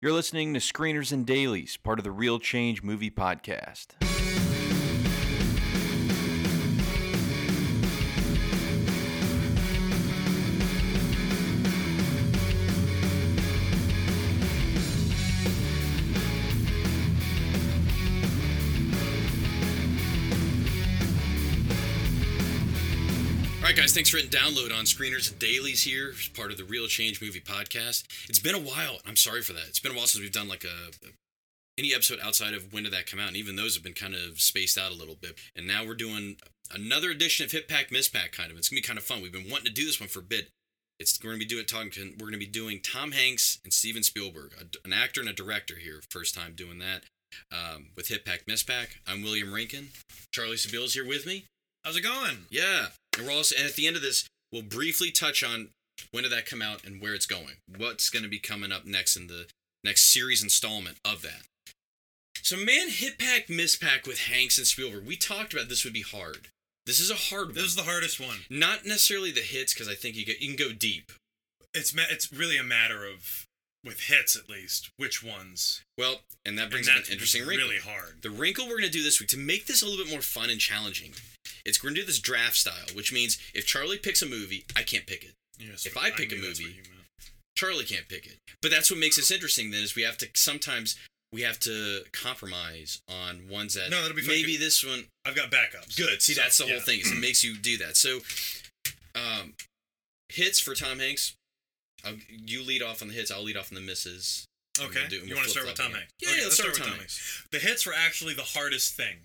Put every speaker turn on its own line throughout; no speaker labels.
You're listening to Screeners and Dailies, part of the Real Change Movie Podcast.
All right, guys, thanks for hitting download on Screeners and Dailies here, as part of the Real Change Movie Podcast. It's been a while. and I'm sorry for that. It's been a while since we've done like a any episode outside of when did that come out, and even those have been kind of spaced out a little bit. And now we're doing another edition of Hit Pack Miss Pack, kind of. It's gonna be kind of fun. We've been wanting to do this one for a bit. It's we're gonna be doing talking. We're gonna be doing Tom Hanks and Steven Spielberg, a, an actor and a director here, first time doing that um, with Hit Pack Miss Pack. I'm William Rankin. Charlie Seville's here with me.
How's it going?
Yeah, and we're also and at the end of this, we'll briefly touch on when did that come out and where it's going. What's going to be coming up next in the next series installment of that. So, man, hit pack, miss pack with Hanks and Spielberg. We talked about this would be hard. This is a hard
This
one.
is the hardest one.
Not necessarily the hits because I think you get you can go deep.
It's ma- it's really a matter of with hits at least which ones.
Well, and that brings
and
up
that's
an interesting wrinkle.
really hard.
The wrinkle we're going to do this week to make this a little bit more fun and challenging. It's we're going to do this draft style, which means if Charlie picks a movie, I can't pick it.
Yes,
If I pick a
knew that's what
movie-
you meant.
Charlie can't pick it. But that's what makes this interesting. Then is we have to sometimes we have to compromise on ones that
No, that'll be fun.
maybe this one
I've got backups.
good. See,
So,
that's the whole
yeah.
thing. Is it makes you do that. So, um, hits for Tom Hanks. I'll, you lead off on the hits. I'll lead off on the misses. and
Okay.
we'll do- and
you
we'll
want to start with
flip-flop
Tom
again.
Hanks?
Yeah,
Okay,
yeah, let's start with Tom
The hits were actually the hardest thing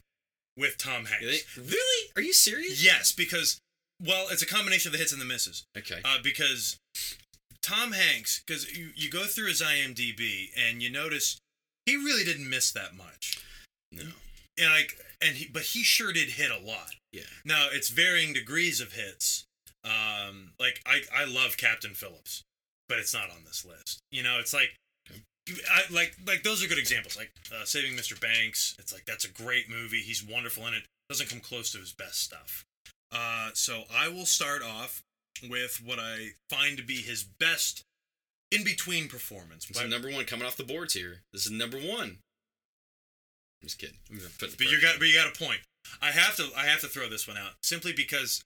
with Tom Hanks.
You think- Really? Are you serious?
Yes, because well, it's a combination of the hits and the misses.
Okay.
Uh, because Tom Hanks, because you, you go through his IMDb and you notice he really didn't miss that much.
no.
And like, and he, but he sure did hit a lot.
Yeah.
Now it's varying degrees of hits. Um, like I, I love Captain Phillips, but it's not on this list. You know, it's like, I, like, like those are good examples. Like uh, Saving Mr. Banks. It's like that's a great movie. He's wonderful in it. Doesn't come close to his best stuff. Uh, so I will start off with what I find to be his best in between performance.
It's
But-
number one coming off the boards here. This is number one. I'm just kidding. I'm just putting the
But you
pressure
got
on.
but you got a point. I have to I have to throw this one out simply because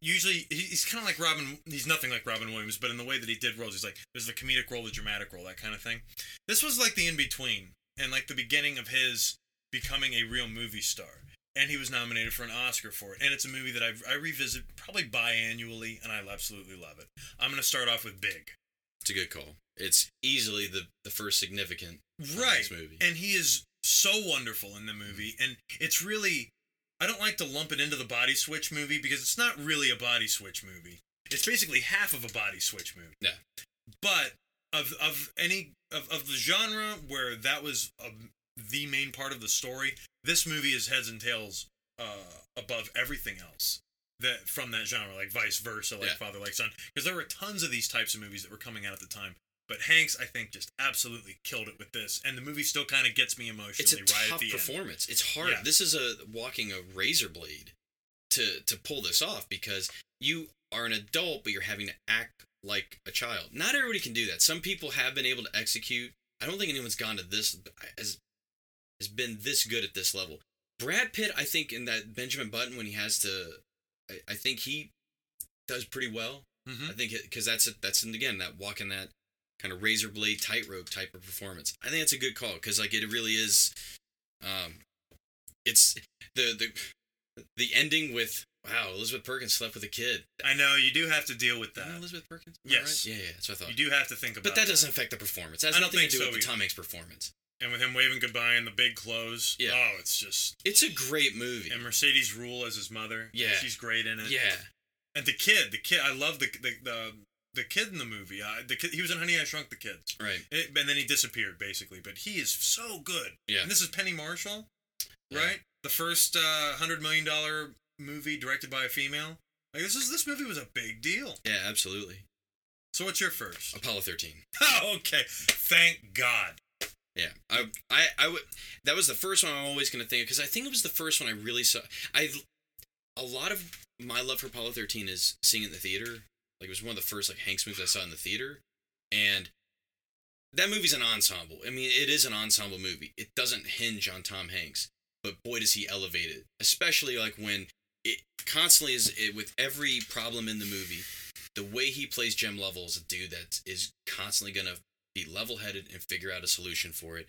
usually he- he's kind of like Robin. He's nothing like Robin Williams, but in the way that he did roles, he's like there's the comedic role, the dramatic role, that kind of thing. This was like the in between and like the beginning of his becoming a real movie star. And he was nominated for an Oscar for it. And it's a movie that I've, I revisit probably biannually, and I absolutely love it. I'm going to start off with Big.
It's a good call. It's easily the the first significant from
right
this movie. Mm-hmm.
and he is so wonderful in the movie and it's really i don't like to lump it into the body switch movie because it's not really a body switch movie it's basically half of a body switch movie
Yeah.
but of of any of, of the genre where that was um the main part of the story this movie is heads and tails uh, above everything else that from that genre like vice versa like
Yeah.
father like son because there were tons of these types of movies that were coming out at the time but Hanks, I think, just absolutely killed it with this, and the movie still kind of gets me emotionally
it's a
right
tough
at the end.
performance. It's hard.
Yeah.
This is a walking a razor blade to to pull this off because you are an adult, but you're having to act like a child. Not everybody can do that. Some people have been able to execute. I don't think anyone's gone to this as has been this good at this level. Brad Pitt, I think, in that Benjamin Button when he has to, I, I think he does pretty well.
Mhm.
I think because that's it. That's and again that walking that kind of razor blade tightrope type of performance. I think that's a good call because like it really is. Um, it's the the the ending with wow Elizabeth Perkins slept with a kid.
I know you do have to deal with
Isn't that
that.
Elizabeth Perkins. Am I
Yes.
right? Yeah, yeah. That's what I thought.
You do have to think about.
but that doesn't affect the performance. That has
I don't
nothing to
think
do
so
with the
either.
Tom Hanks performance.
And with him waving goodbye in the big clothes.
Yeah.
Oh, it's just.
It's a great movie.
And Mercedes Rule as his mother.
Yeah.
She's great in it.
Yeah,
And the kid, the kid, I love the the the, the kid in the movie. I, the kid, he was in Honey I Shrunk the Kids.
right.
It, and then he disappeared basically, but he is so good.
Yeah.
And this is Penny Marshall,
Yeah.
right? The first uh, hundred million dollar movie directed by a female. Like this is this movie was a big deal.
Yeah, absolutely.
So what's your first?
Apollo thirteen.
Oh, okay. Thank God.
Yeah, I, I, I would. That was the first one I'm always going to think of because I think it was the first one I really saw. I, a lot of my love for Apollo 13 is seeing it in the theater. Like it was one of the first like Hanks movies I saw in the theater, and that movie's an ensemble. I mean, it is an ensemble movie. It doesn't hinge on Tom Hanks, but boy does he elevate it, especially like when it constantly is it, with every problem in the movie. The way he plays Jim Lovell is a dude that is constantly gonna be level-headed and figure out a solution for it.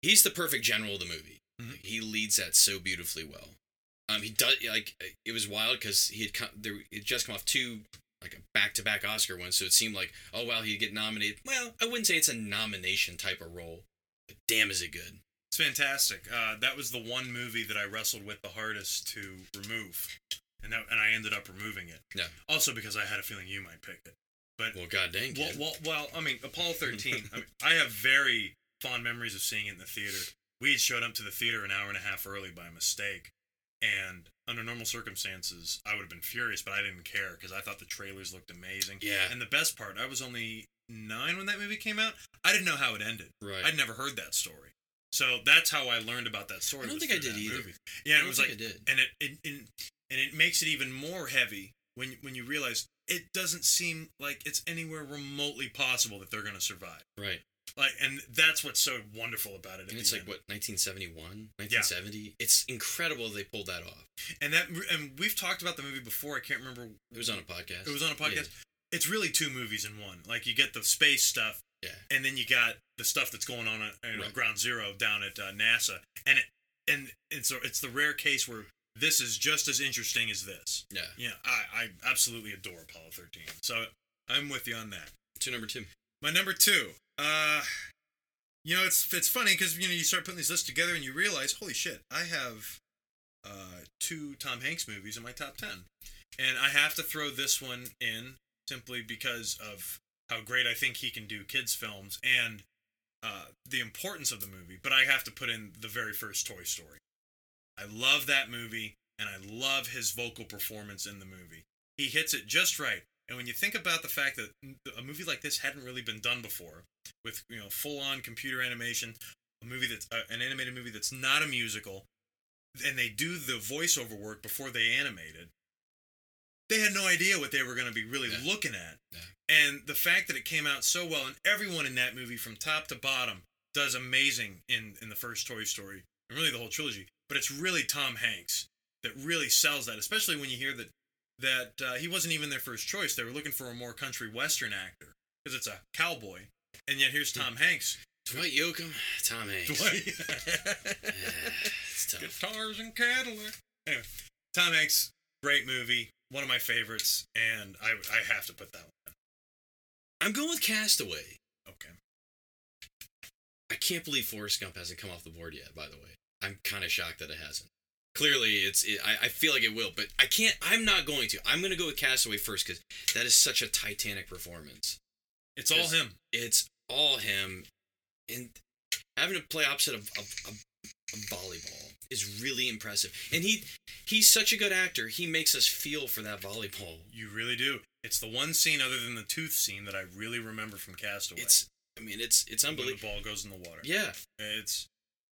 He's the perfect general of the movie.
Mhm.
Like, he leads that so beautifully well. Um, he does like it was wild because he had come there. He had just come off two like a back-to-back Oscar win, so it seemed like oh wow he'd get nominated. Well, I wouldn't say it's a nomination type of role, but damn is it good.
It's fantastic. Uh, that was the one movie that I wrestled with the hardest to remove, and that, and I ended up removing it.
Yeah.
Also because I had a feeling you might pick it. But
Well, god dang.
well,
kid.
well, well, I mean, Apollo 13. I, mean, I have very fond memories of seeing it in the theater. We had showed up to the theater an hour and a half early by mistake, and under normal circumstances, I would have been furious, but I didn't care because I thought the trailers looked amazing.
Yeah.
And the best part, I was only nine when that movie came out. I didn't know how it ended.
right.
I'd never heard that story. So that's how I learned about that story.
I don't
was
think I
through
did
that
either.
movie. Yeah,
I
it
don't
was
think
like,
I did.
and it, it, and and it makes it even more heavy when when you realize it doesn't seem like it's anywhere remotely possible that they're going to survive.
Right.
Like, and that's what's so wonderful about it. at
And
the
it's like
end.
what 1971, 1970. It's incredible they pulled that off.
and that and we've talked about the movie before. I can't remember.
It was on a podcast.
It was on a podcast. It's really two movies in one. Like you get the space stuff,
Yeah.
and then you got the stuff that's going on at you know,
Right.
Ground Zero down at uh, NASA, and it, and it's a, it's the rare case where this is just as interesting as this.
Yeah.
Yeah, I, I absolutely adore Apollo 13, so I'm with you on that.
To number two.
My number two, uh, you know, it's it's funny because you know you start putting these lists together and you realize, holy shit, I have uh, two Tom Hanks movies in my top ten, and I have to throw this one in simply because of how great I think he can do kids films and uh, the importance of the movie. But I have to put in the very first Toy Story. I love that movie, and I love his vocal performance in the movie. He hits it just right. And when you think about the fact that a movie like this hadn't really been done before, with you know full-on computer animation, a movie that's uh, an animated movie that's not a musical, and they do the voiceover work before they animate it, they had no idea what they were going to be really
Yeah.
looking at.
Yeah.
And the fact that it came out so well, and everyone in that movie from top to bottom does amazing in in the first Toy Story and really the whole trilogy. But it's really Tom Hanks that really sells that, especially when you hear that that uh, he wasn't even their first choice. They were looking for a more country western actor because it's a cowboy, and yet here's Tom Hanks.
Dwight Yoakam, Tom Hanks. Yeah, it's tough.
Guitars and Cadillac. Anyway, Tom Hanks, great movie, one of my favorites, and I I have to put that one.
I'm going with Castaway.
Okay.
I can't believe Forrest Gump hasn't come off the board yet. By the way, I'm kind of shocked that it hasn't. Clearly, it's. It, I, I feel like it will, but I can't. I'm not going to. I'm going to go with Castaway first because that is such a Titanic performance.
It's all
Yes.
him.
It's all him, and having to play opposite of, of, of, of volleyball is really impressive. And he he's such a good actor. He makes us feel for that volleyball.
You really do. It's the one scene other than the tooth scene that I really remember from Castaway.
It's. I mean, it's it's
when the
unbelievable.
ball goes in the water.
Yeah.
It's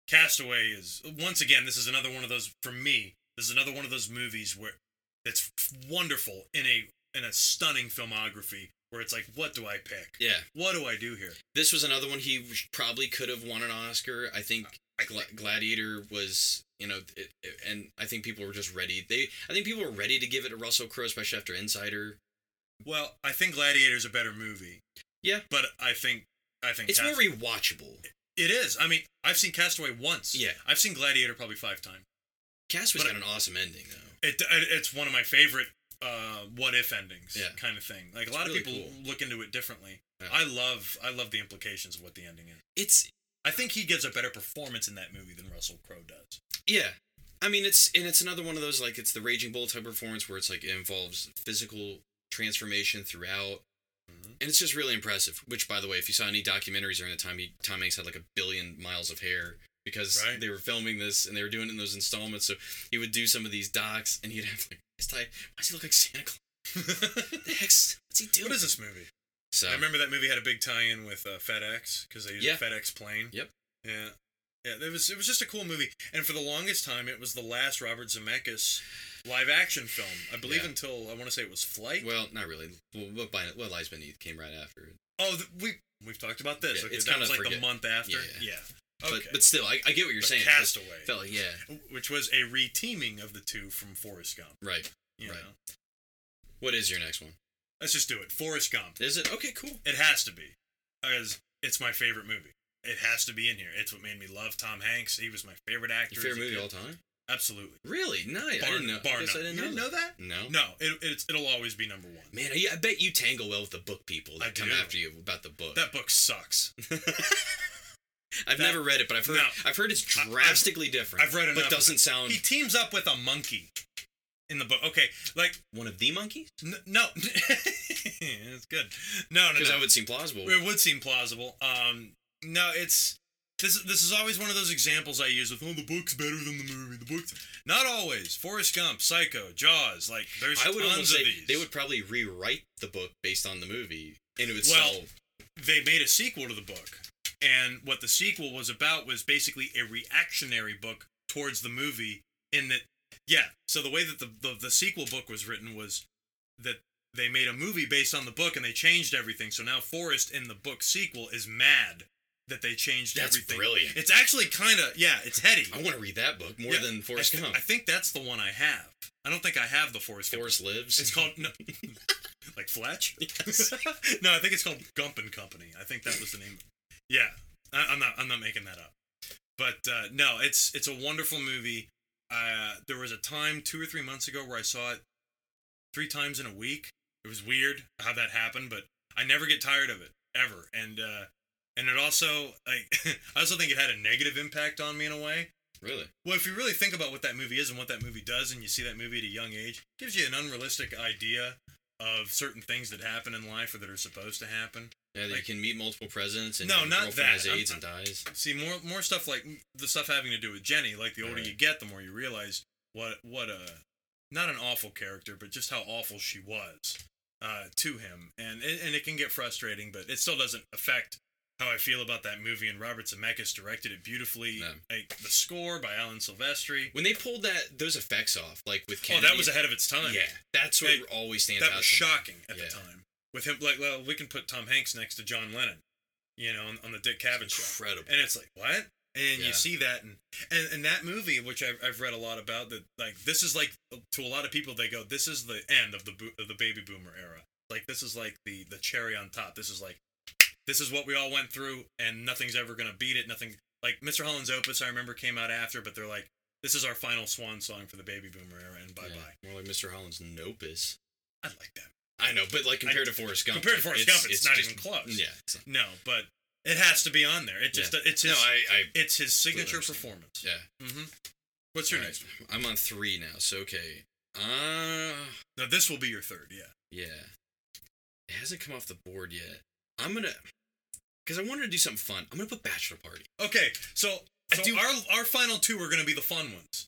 Castaway is once again. This is another one of those for me. This is another one of those movies where that's wonderful in a in a stunning filmography where it's like, what do I pick?
Yeah.
What do I do here?
this was another one he sh- probably could have won an Oscar. I think Gla- Gladiator was, you know, it, it- and I think people were just ready. They, I think people were ready to give it to Russell Crowe, especially after Insider.
Well, I think Gladiator's a better movie.
Yeah.
but I think I think
It's more
Cast-
rewatchable.
it is. I mean, I've seen Castaway once.
Yeah.
I've seen Gladiator probably five times.
Castaway's
But-
got an awesome ending though.
It, it it's one of my favorite uh, what if endings
Yeah.
kind of thing. Like a
It's
lot
really
of people
cool.
look into it differently.
Yeah.
I love I love the implications of what the ending is.
It's
I think he gives a better performance in that movie than Russell Crowe does.
yeah. I mean, it's and it's another one of those like it's the Raging Bull type performance where it's like it involves physical transformation throughout,
Mm-hmm.
and it's just really impressive. Which, by the way, if you saw any documentaries during the time, he, Tom Hanks had like a billion miles of hair because
Right.
they were filming this and they were doing it in those installments. So he would do some of these docs, and he'd have like this tie. Why does he look like Santa Claus? What the heck's what's he doing?
what is this movie?
So
I remember that movie had a big tie-in with uh, FedEx because they used
Uh, Yeah.
a FedEx plane.
Yep.
Yeah. Yeah, it was it was just a cool movie, and for the longest time, it was the last Robert Zemeckis live action film. I believe
Yeah.
until I want to say it was Flight.
well, not really. Well, what, Bi- what lies beneath came right after. it.
oh, th- we We've talked about this.
Yeah,
okay,
it's
that
kinda
was like
forget-
the month after.
yeah,
Yeah.
But,
Okay.
but still, I, I get what you're
But
saying. It just
Castaway,
Felt like, yeah,
which was a reteaming of the two from Forrest Gump.
right.
You
Right.
know?
What is your next one?
Let's just do it. Forrest Gump.
Is it okay? Cool.
It has to be because it's my favorite movie. It has to be in here. It's what made me love Tom Hanks. He was my favorite actor.
Your
as
favorite
a
movie
kid.
of all time?
Absolutely.
Really? Nice. I
Bar-
didn't know.
bar
I guess I
none.
didn't
You
know.
didn't know that?
No.
No, it, it's, it'll always be number one.
Man, I, I bet you tangle well with the book people that
I
come
do.
after you about the book.
That book sucks.
I've
that-
never read it, but I've heard
No.
I've heard it's
I- I've-
drastically different.
I've read enough.
but
of
doesn't
it.
sound
He teams up with a monkey in the book. Okay, like
one of the monkeys
n- no, it's good. No, no,
because
no.
that would seem plausible.
It would seem plausible. Um, no, it's this. This is always one of those examples I use with, oh, the book's better than the movie. The book's not always. Forrest Gump, Psycho, Jaws. Like there's
I would
tons
almost
of
say
these.
they would probably rewrite the book based on the movie, and it would
Well,
sell.
They made a sequel to the book, and what the sequel was about was basically a reactionary book towards the movie. In that, yeah. So the way that the the, the sequel book was written was that. They made a movie based on the book and they changed everything. So now Forrest in the book sequel is mad that they changed
That's
everything.
brilliant.
It's actually kind of yeah, it's heady.
I want to read that book more
Yeah,
than Forrest
I thi-
Gump.
I think that's the one I have. I don't think I have the Forrest Gump.
Forrest lives.
It's called no, like Fletch. no, I think it's called Gump and Company. I think that was the name. Yeah, I, I'm not. I'm not making that up. But uh, no, it's it's a wonderful movie. Uh, there was a time two or three months ago where I saw it three times in a week. It was weird how that happened, but I never get tired of it ever. And uh, and it also like I also think it had a negative impact on me in a way.
really.
Well, if you really think about what that movie is and what that movie does, and you see that movie at a young age, it gives you an unrealistic idea of certain things that happen in life or that are supposed to happen.
Yeah, that you
Like-
can meet multiple presidents and
No,
your
not
girlfriend
that.
has
I'm-
AIDS and dies.
See more more stuff like the stuff having to do with Jenny. Like the older
Right.
you get, the more you realize what what a not an awful character, but just how awful she was uh, to him, and it, and it can get frustrating, but it still doesn't affect how I feel about that movie. And Robert Zemeckis directed it beautifully.
No.
Like the score by Alan Silvestri.
When they pulled that those effects off, like with
Oh,
Kennedy,
that was ahead of its time.
yeah, that's what
Hey,
always stands out.
that was
to me.
shocking at
Yeah.
the time. With him, like, well, we can put Tom Hanks next to John Lennon, you know, on, on the Dick Cavett show,
Incredible.
and it's like what? And
Yeah.
you see that, and, and and that movie, which I've, I've read a lot about, that like this is like to a lot of people, they go, this is the end of the bo- of the baby boomer era. Like this is like the the cherry on top. This is like this is what we all went through, and nothing's ever gonna beat it. Nothing like Mr. Holland's Opus, I remember came out after, but they're like, this is our final swan song for the baby boomer era, and bye
Yeah,
bye.
More like Mr. Holland's Nopus.
I like that.
I know, but like compared to Forrest Gump,
compared to
like,
Forrest Gump, it's not even close.
Yeah, it's not-
No, but it has to be on there. It just it's
no,
his
I, I,
it's his signature
understand.
performance.
yeah.
hmm What's your
All
next?
right. I'm on three now, so okay. Uh,
Now this will be your third. Yeah.
yeah. It hasn't come off the board yet. I'm gonna, because I wanted to do something fun. I'm gonna put Bachelor Party.
Okay. So,
I
so
do-
our our final two are going to be the fun ones,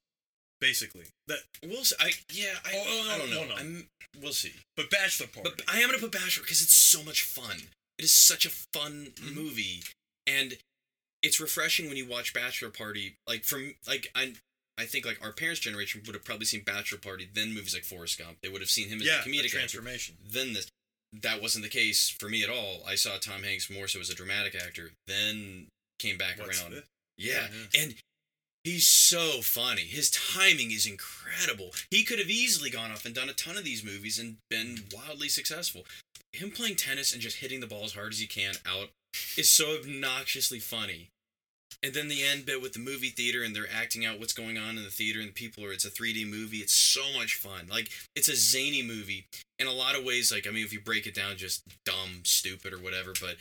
basically. That
We'll see. I yeah. I,
Oh, oh, no,
I don't know.
hold on.
I'm, we'll see.
but bachelor party.
But I am gonna put Bachelor because it's so much fun. It is such a fun
Mhm.
movie, and it's refreshing when you watch Bachelor Party. Like from like I, I think like our parents' generation would have probably seen Bachelor Party, then movies like Forrest Gump. They would have seen him as
yeah,
a
a
comedic actor.
transformation.
Then this, that wasn't the case for me at all. I saw Tom Hanks more so as a dramatic actor, then came back
What's
around.
this? Mm-hmm.
Yeah.
Yeah.
And he's so funny. His timing is incredible. He could have easily gone off and done a ton of these movies and been wildly successful. Him playing tennis and just hitting the ball as hard as he can out is so obnoxiously funny. And then the end bit with the movie theater and they're acting out what's going on in the theater and the people are it's a 3D movie. It's so much fun. Like it's a zany movie in a lot of ways like I mean if you break it down just dumb, stupid or whatever, but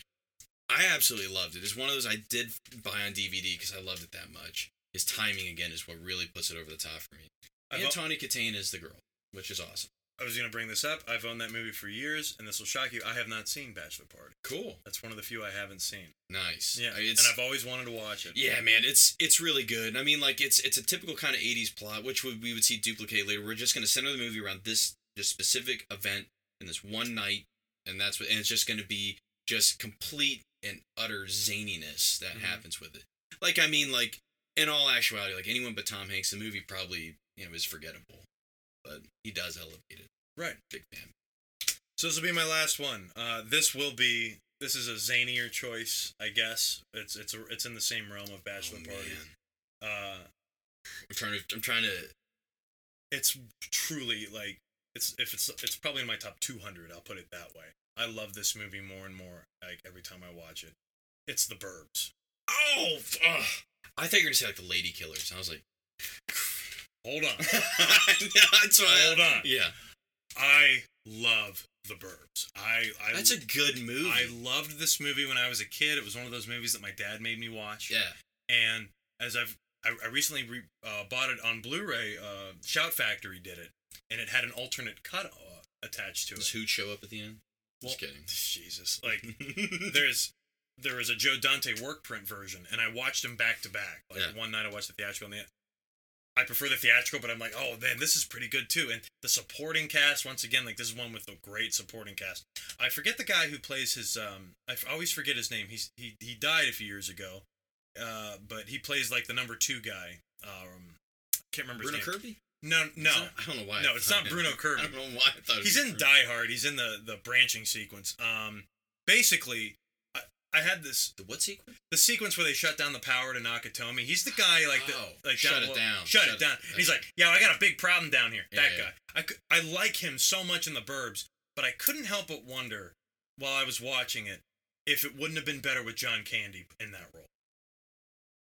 I absolutely loved it. It's one of those I did buy on DVD because I loved it that much. His timing again is what really puts it over the top for me.
I've
And
o-
Tawny Katane is the girl, which is awesome.
I was going to bring this up. I've owned that movie for years, and this will shock you. I have not seen Bachelor Party.
Cool.
That's one of the few I haven't seen.
Nice.
Yeah,
I mean, it's,
and I've always wanted to watch it.
yeah, man, it's it's really good. I mean, like it's it's a typical kind of '80s plot, which we, we would see duplicate later. We're just gonna center the movie around this this specific event in this one night, and that's what and it's just gonna be just complete and utter zaniness that
Mhm.
happens with it. Like I mean, like in all actuality, like anyone but Tom Hanks, the movie probably you know is forgettable, but he does elevate it.
Right.
Big fan.
So this will be my last one. Uh, this will be this is a zanier choice, I guess. It's it's a, it's in the same realm of Bachelor
Oh,
Party.
man.
Uh,
I'm trying to. I'm trying to.
it's truly like it's if it's it's probably in my top 200. I'll put it that way. I love this movie more and more like every time I watch it. It's The Burbs.
Oh, f- ugh. I thought you were gonna say like the Lady Killers. I was like,
Hold on,
yeah, that's what I-
Hold on.
Yeah,
I love The Burbs. I I
that's a good movie.
I loved this movie when I was a kid. It was one of those movies that my dad made me watch.
yeah,
And as I've I, I recently re, uh, bought it on Blu-ray. Uh, Shout Factory did it, and it had an alternate cut uh, attached to it.
does Who show up at the end? Just kidding.
Jesus, like there's there was a Joe Dante work print version, and I watched them back to back. Like
Yeah.
one night, I watched the theatrical, and the I prefer the theatrical, but I'm like, oh man, this is pretty good too. And the supporting cast, once again, like this is one with a great supporting cast. I forget the guy who plays his. Um, I f- always forget his name. He's he he died a few years ago, uh, but he plays like the number two guy. Um, can't remember
Bruno
his name.
Kirby?
No, no,
It's not- I don't know why. I
no, it's
thought-
not Bruno Kirby
I don't know why I thought. it
he's
was
in
Bruno.
Die Hard. He's in the the branching sequence. Um, basically, I, I had this
The what sequence?
the sequence where they shut down the power to Nakatomi. He's the guy like the
Oh,
like
shut it
below-
down.
shut,
Shut
it
it-
down. And he's
okay.
like, yeah, I got a big problem down here.
Yeah,
that
yeah.
guy. I cou- I like him so much in the Burbs, but I couldn't help but wonder while I was watching it if it wouldn't have been better with John Candy in that role.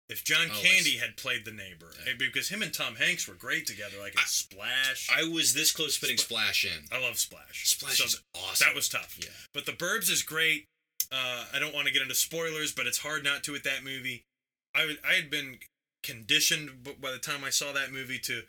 If John
Oh, I
Candy
see.
had played the neighbor,
Yeah.
because him and Tom Hanks were great together, like in
I-
Splash. I,
I was this close to putting
Spl-
Splash in.
love Splash.
Splash
So
is
th-
awesome.
that was tough.
yeah.
But The Burbs is great. Uh, I don't want to get into spoilers, but it's hard not to with that movie. I would- I had been conditioned b- by the time I saw that movie to,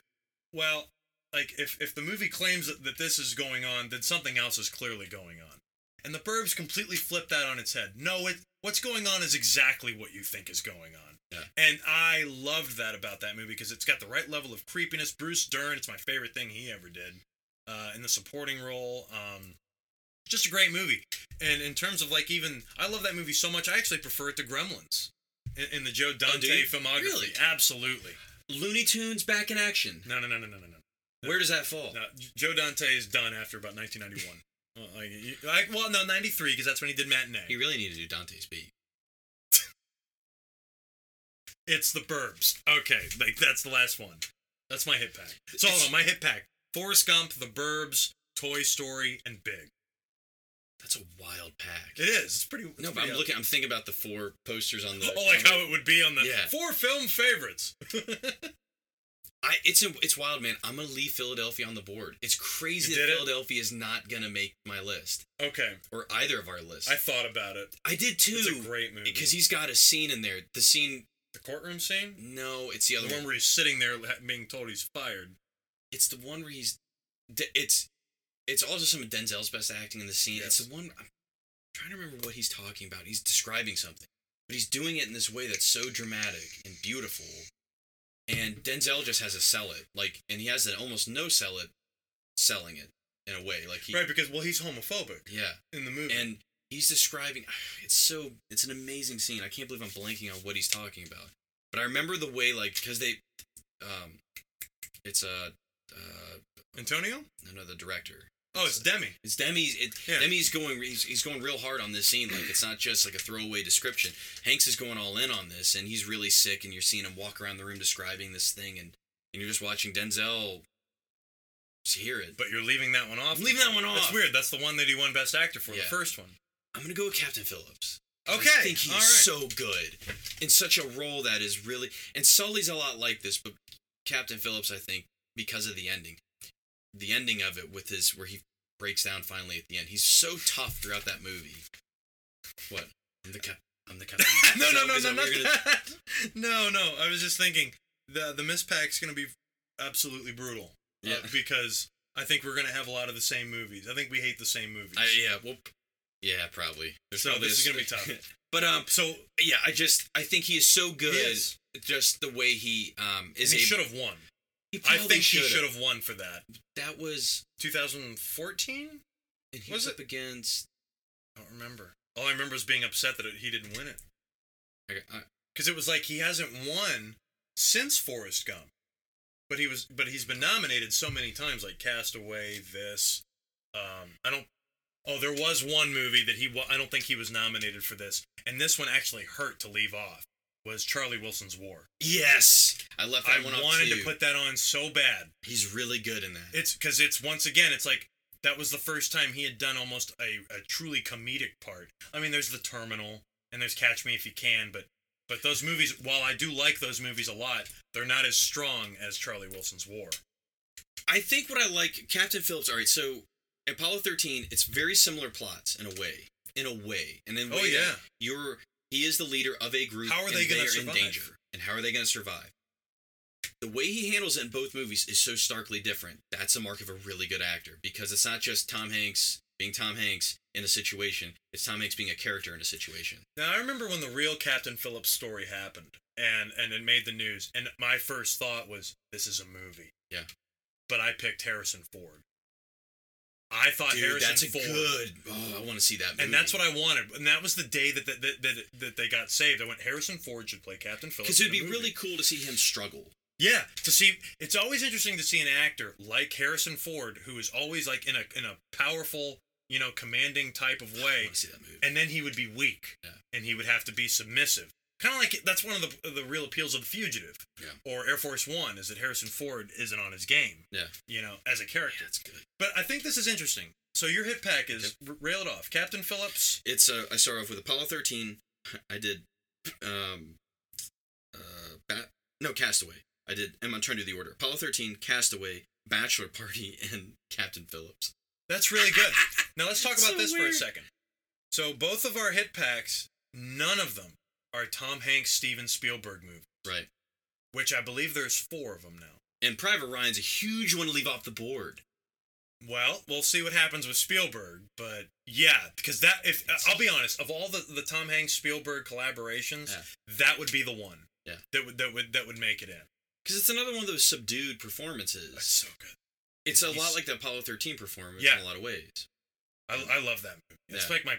well, like if if the movie claims that, that this is going on, then something else is clearly going on. And The Burbs completely flipped that on its head. No, it what's going on is exactly what you think is going on.
Yeah.
And I loved that about that movie because it's got the right level of creepiness. Bruce Dern, it's my favorite thing he ever did uh, in the supporting role. Um, just a great movie. And in terms of like even, I love that movie so much. I actually prefer it to Gremlins in, in the Joe Dante
Oh, you?
filmography.
Really?
Absolutely.
Looney Tunes back in action.
No, no, no, no, no, no, no.
Where does that fall?
no. Joe Dante is done after about 1991. well, like, you- like, well, no, 93 because that's when he did
He
Matinee.
really needed to do Dante's Beat.
It's the Burbs. Okay, like that's the last one. That's my hit pack. So hold on, my hit pack: Forrest Gump, The Burbs, Toy Story, and Big.
That's a wild pack.
It is. It's pretty. it's
no, but
pretty
I'm
out-
looking. I'm thinking about the four posters on the.
Oh, like
on the-
how it would be on the
Yeah.
four film favorites.
I, it's a, it's wild, man. I'm gonna leave Philadelphia on the board. It's crazy
You
that
did it?
Philadelphia is not gonna make my list
okay,
or either of our lists.
I thought about it.
I did too.
It's a great movie.
because he's got a scene in there. The scene,
the courtroom scene,
no, it's the
the
other
one
one.
where he's sitting there ha- being told he's fired.
It's the one where he's. d- It's, it's also some of Denzel's best acting in the scene. It's
Yes.
the one. I'm trying to remember what he's talking about. He's describing something, but he's doing it in this way that's so dramatic and beautiful. And Denzel just has a sell it like, and he has an almost no sell it, selling it in a way like he.
right, because well, he's homophobic
Yeah.
in the movie.
and he's describing it's so it's an amazing scene i can't believe i'm blanking on what he's talking about but i remember the way like because they um it's uh uh
Antonio?
no no the director
Oh, it's Demi.
it's Demi's. It,
Yeah.
Demi's going. He's, he's going real hard on this scene. Like it's not just like a throwaway description. Hanks is going all in on this, and he's really sick. And you're seeing him walk around the room describing this thing, and and you're just watching Denzel hear it. But
But you're leaving that one off.
I'm leaving that one
That's
off.
weird. That's the one that he won Best Actor for. The
Yeah.
first one.
I'm gonna go with Captain Phillips.
Okay.
I think he's
all
so
right.
good in such a role that is really. And Sully's a lot like this, but Captain Phillips, I think, because of the ending, the ending of it with his where he breaks down finally at the end. He's so tough throughout that movie. What? I'm the cap. I'm the captain.
no,
Is
no,
that-
no,
is
no,
that what
not
you're gonna-
that. No, no. I was just thinking the the mispack's going to be absolutely brutal. uh,
Yeah.
because I think we're going to have a lot of the same movies. I think we hate the same movies.
I, yeah. Well. Yeah, probably.
So
probably
this
a-
is gonna be tough.
but um,
so
yeah, I just I think he is so good.
He is.
Just the way he um
he
is
should
able-
have won.
He
I
probably
think he
should've.
should have won for that.
That was
2014?
and he
Was
was
it-
up against.
I don't remember. All I remember is being upset that it, he didn't win it
I, I,
because it was like he hasn't won since Forrest Gump, but he was but he's been nominated so many times like Castaway, this. Um, I don't Oh, there was one movie that he. Wa- I don't think he was nominated for this, and this one actually hurt to leave off. Was Charlie Wilson's War?
Yes, I left that
I
one up
wanted
too.
to put that on so bad.
He's really good in that.
It's because it's once again, it's like that was the first time he had done almost a, a truly comedic part. I mean, there's The Terminal and there's Catch Me If You Can, but but those movies, while I do like those movies a lot, they're not as strong as Charlie Wilson's War.
I think what I like Captain Phillips. All right, so Apollo 13, it's very similar plots in a way, in a way, and then
Oh, yeah.
you're he is the leader of a group.
How are
and
they gonna
are
survive?
In danger, and how are they going to survive? The way he handles it in both movies is so starkly different. That's a mark of a really good actor because it's not just Tom Hanks being Tom Hanks in a situation; it's Tom Hanks being a character in a situation.
Now I remember when the real Captain Phillips story happened, and and it made the news. And my first thought was, this is a movie.
Yeah.
But I picked Harrison Ford. I thought
Dude,
Harrison
that's a
Ford.
good. Oh, I want to see that. Movie.
And that's what I wanted. And that was the day that that, that, that, that they got saved. I went, Harrison Ford should play Captain Phillips.
because it'd
in a
be
movie."
really cool to see him struggle.
Yeah, to see it's always interesting to see an actor like Harrison Ford, who is always like in a in a powerful, you know, commanding type of
I
way,
want to see that movie.
and then he would be weak,
Yeah.
and he would have to be submissive. Kind of like that's one of the the real appeals of the Fugitive,
Yeah.
or Air Force One, is that Harrison Ford isn't on his game,
yeah,
you know, as a character.
that's good.
But I think this is interesting. So your hit pack is r- rail it off, Captain Phillips.
it's uh, I start off with Apollo 13. I did, um, uh, bat, no Castaway. I did. I'm trying to do the order. Apollo 13, Castaway, Bachelor Party, and Captain Phillips.
That's really good. now let's talk
It's
about
so
this for a
weird.
second. So both of our hit packs, none of them are Tom Hanks, Steven Spielberg movies,
Right.
which I believe there's four of them now.
And Private Ryan's a huge one to leave off the board.
Well, we'll see what happens with Spielberg, but yeah, because that if uh, I'll be honest, of all the, the Tom Hanks Spielberg collaborations,
Yeah.
that would be the one.
Yeah.
That would that would that would make it in.
Because it's another one of those subdued
That's
performances.
so good.
It's a lot
He's-
like the Apollo 13 performance
Yeah.
in a lot of ways.
I, I love that movie. It's
Yeah.
like my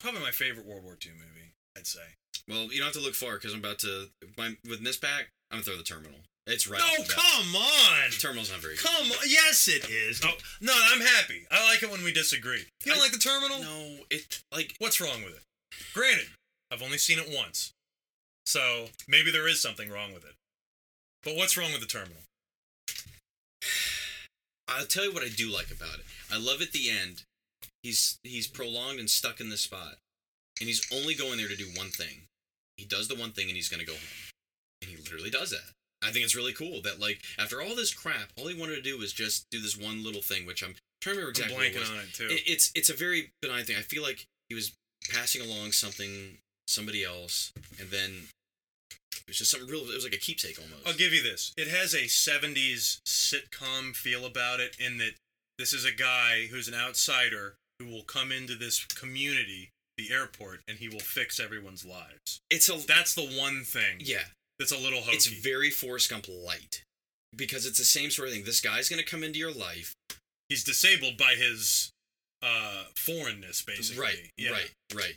probably my favorite World War II movie, I'd say.
Well, you don't have to look far because I'm about to. My, with this pack, I'm gonna throw the Terminal. It's right. off
no,
the bat.
come on.
The Terminal's not very. good.
Come on. Yes, it is. Oh, no, I'm happy. I like it when we disagree. You don't
I-
like the terminal?
No, it like
What's wrong with it? Granted, I've only seen it once. So maybe there is something wrong with it. But what's wrong with the terminal?
I'll tell you what I do like about it. I love at the end, he's he's prolonged and stuck in this spot, and he's only going there to do one thing. He does the one thing, and he's gonna go home, and he literally does that. I think it's really cool that like after all this crap, all he wanted to do was just do this one little thing, which I'm trying to remember exactly.
I'm
what it
blanking
was.
on it too.
It- it's it's a very benign thing. I feel like he was passing along something somebody else, and then it was just something real. It was like a keepsake almost.
I'll give you this. It has a 70s sitcom feel about it in that this is a guy who's an outsider who will come into this community, the airport, and he will fix everyone's lives.
It's a
That's the one thing
yeah.
that's a little hokey.
It's very Forrest Gump light because it's the same sort of thing. This guy's going to come into your life.
he's disabled by his uh foreignness basically
Right,
Yeah.
right, right.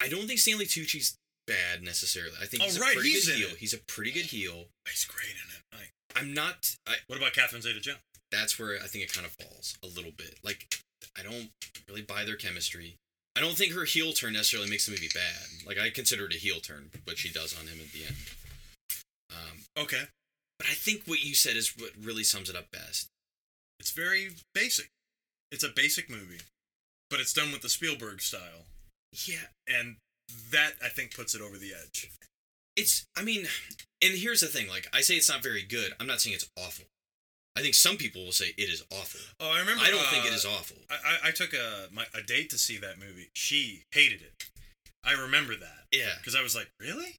I don't think Stanley Tucci's bad necessarily. I think
Oh,
he's a
right,
pretty
he's
good
in
heel.
it.
He's a pretty good heel.
he's great in it Like,
I'm not. I,
what about catherine zeta jones
that's where I think it kind of falls a little bit. Like I don't really buy their chemistry. I don't think her heel turn necessarily makes the movie bad. Like I consider it a heel turn, what she does on him at the end. Um,
okay
but I think what you said is what really sums it up best.
it's very basic it's a basic movie but it's done with the spielberg style
Yeah,
and that i think puts it over the edge
it's i mean and here's the thing like i say it's not very good i'm not saying it's awful i think some people will say it is awful
oh i remember
i don't think it
uh,
is awful
I, I, I took a my, a date to see that movie she hated it i remember that
yeah
because i was like really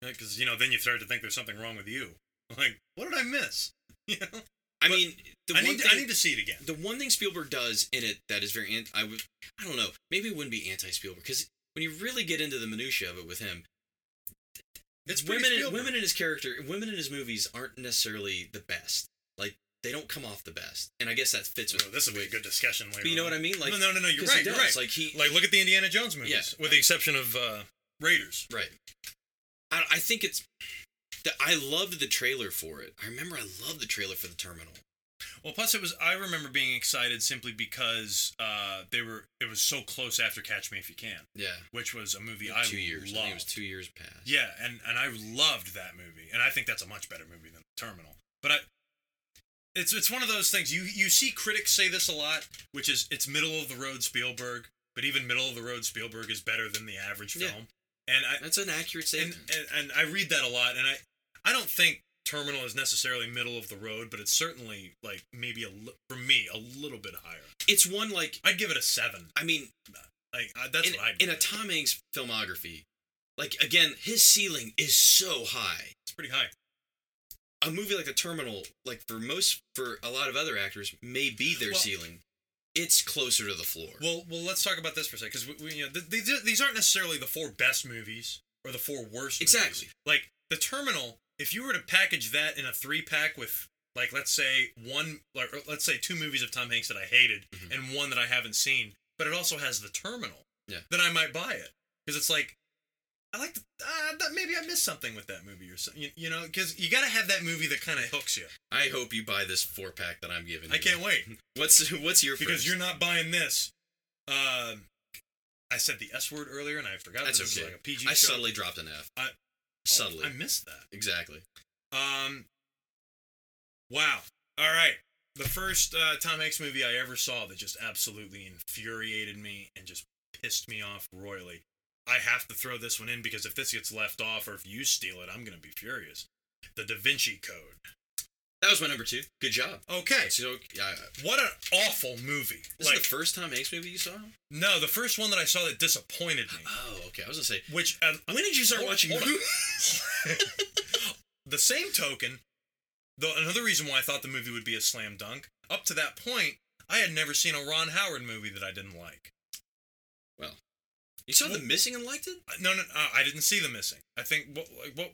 because you know then you start to think there's something wrong with you like what did i miss you know
i
but
mean the
I
one
need, to,
thing
I need to see it again
the one thing spielberg does in it that is very anti, i would i don't know maybe it wouldn't be anti spielberg because when you really get into the minutia of it with him
It's pretty
women in,
Spielberg.
women in his character women in his movies aren't necessarily the best like they don't come off the best and i guess that fits with
Oh, this will be a good discussion later.
but you know
on.
what i mean like
no, no, no, no. You're
'cause he
right. You're
does.
right.
like he
Like, look at the Indiana Jones movies,
Yeah.
with the exception of uh, Raiders.
Right. I, I think it's. The, I loved the trailer for it. I remember I loved the trailer for the Terminal.
Well, plus it was. I remember being excited simply because uh, they were. It was so close after Catch Me If You Can,
Yeah.
which was a movie I
two years. I
Loved.
think it was two years past.
Yeah, and and I loved that movie, and I think that's a much better movie than Terminal. But I, it's it's one of those things you you see critics say this a lot, which is it's middle of the road Spielberg, but even middle of the road Spielberg is better than the average
Yeah.
film. And I
That's an accurate
and,
statement.
and and I read that a lot, and I I don't think Terminal is necessarily middle of the road, but it's certainly like maybe a li- for me a little bit higher.
it's one like
I'd give it a seven.
I mean,
Like I, that's
in,
what I
in a Tom Hanks filmography, like again, his ceiling is so high.
It's pretty high.
A movie like The Terminal, like for most, for a lot of other actors, may be their
Well-
ceiling. It's closer to the floor.
Well, well, let's talk about this for a second because we, we, you know, th- these, these aren't necessarily the four best movies or the four worst. movies.
Exactly.
Like the Terminal, if you were to package that in a three pack with, like, let's say one, like, or let's say two movies of Tom Hanks that I hated
Mhm.
and one that I haven't seen, but it also has the Terminal.
Yeah.
Then I might buy it because it's like. I like the, uh, that. Maybe I missed something with that movie or something. You, you know, because you got to have that movie that kind of hooks you.
I hope you buy this four pack that I'm giving.
I
you.
can't wait.
What's what's your
because
first?
you're not buying this. Um, I said the S word earlier, and I forgot.
That's
this
okay.
Is like a PG
I
show.
subtly dropped an F.
I- Oh,
subtly,
I missed that.
exactly.
Um, wow. All right. The first uh, Tom Hanks movie I ever saw that just absolutely infuriated me and just pissed me off royally. I have to throw this one in because if this gets left off or if you steal it, I'm going to be furious. The Da Vinci Code.
That was my number two. Good job.
Okay.
So, yeah,
What an awful movie.
this
like,
is the first Tom Hanks movie you saw.
no, the first one that I saw that disappointed me.
Oh, okay. I was gonna say,
Which uh,
when did you start
Hold-
watching
hold on.
movies?
the same token, though another reason why I thought the movie would be a slam dunk, up to that point, I had never seen a Ron Howard movie that I didn't like.
Well, you saw The Missing and liked it.
Uh, No, no, uh, I didn't see The Missing. I think what, like, what,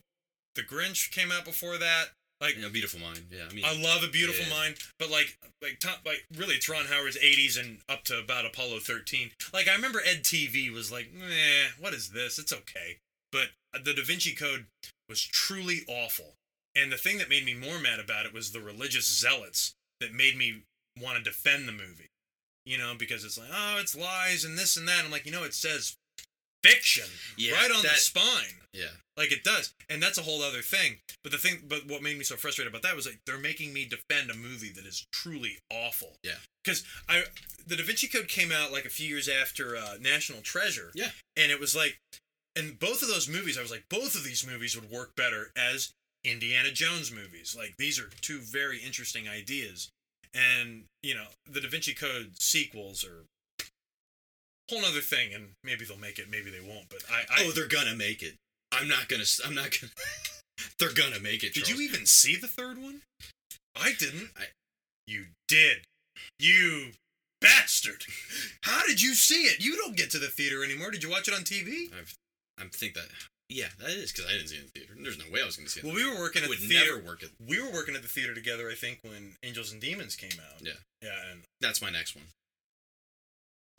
The Grinch came out before that. Like,
You know, Beautiful Mind. Yeah, I mean,
I love A Beautiful
Yeah.
Mind, but like, like, top, like, really, it's Ron Howard's '80s and up to about Apollo 13. Like, I remember Ed TV was like, "Meh, what is this? It's okay." But uh, the Da Vinci Code was truly awful, and the thing that made me more mad about it was the religious zealots that made me want to defend the movie. You know, because it's like, oh, it's lies and this and that. I'm like, you know, it says fiction
Yeah,
right on the
that-
spine.
yeah,
Like it does, and that's a whole other thing. But the thing, but what made me so frustrated about that was like they're making me defend a movie that is truly awful.
Yeah.
Because I, the Da Vinci Code came out like a few years after uh, National Treasure.
Yeah.
And it was like, and both of those movies, I was like, both of these movies would work better as Indiana Jones movies. Like these are two very interesting ideas, and you know the Da Vinci Code sequels are. a Whole other thing, and maybe they'll make it, maybe they won't. But I, I
oh, they're gonna make it. I'm not gonna. I'm not gonna. they're gonna make it.
Did you
Charles.
even see the third one? I didn't.
I-
You did. You bastard. How did you see it? You don't get to the theater anymore. Did you watch it on TV?
I've, I'm think that. Yeah, that is because I didn't see it in the theater. There's no way I was gonna see it.
Well, we were working
it
at the
would
theater.
never work it.
We were working at the theater together, I think, when Angels and Demons came out.
Yeah.
Yeah, and
That's my next one.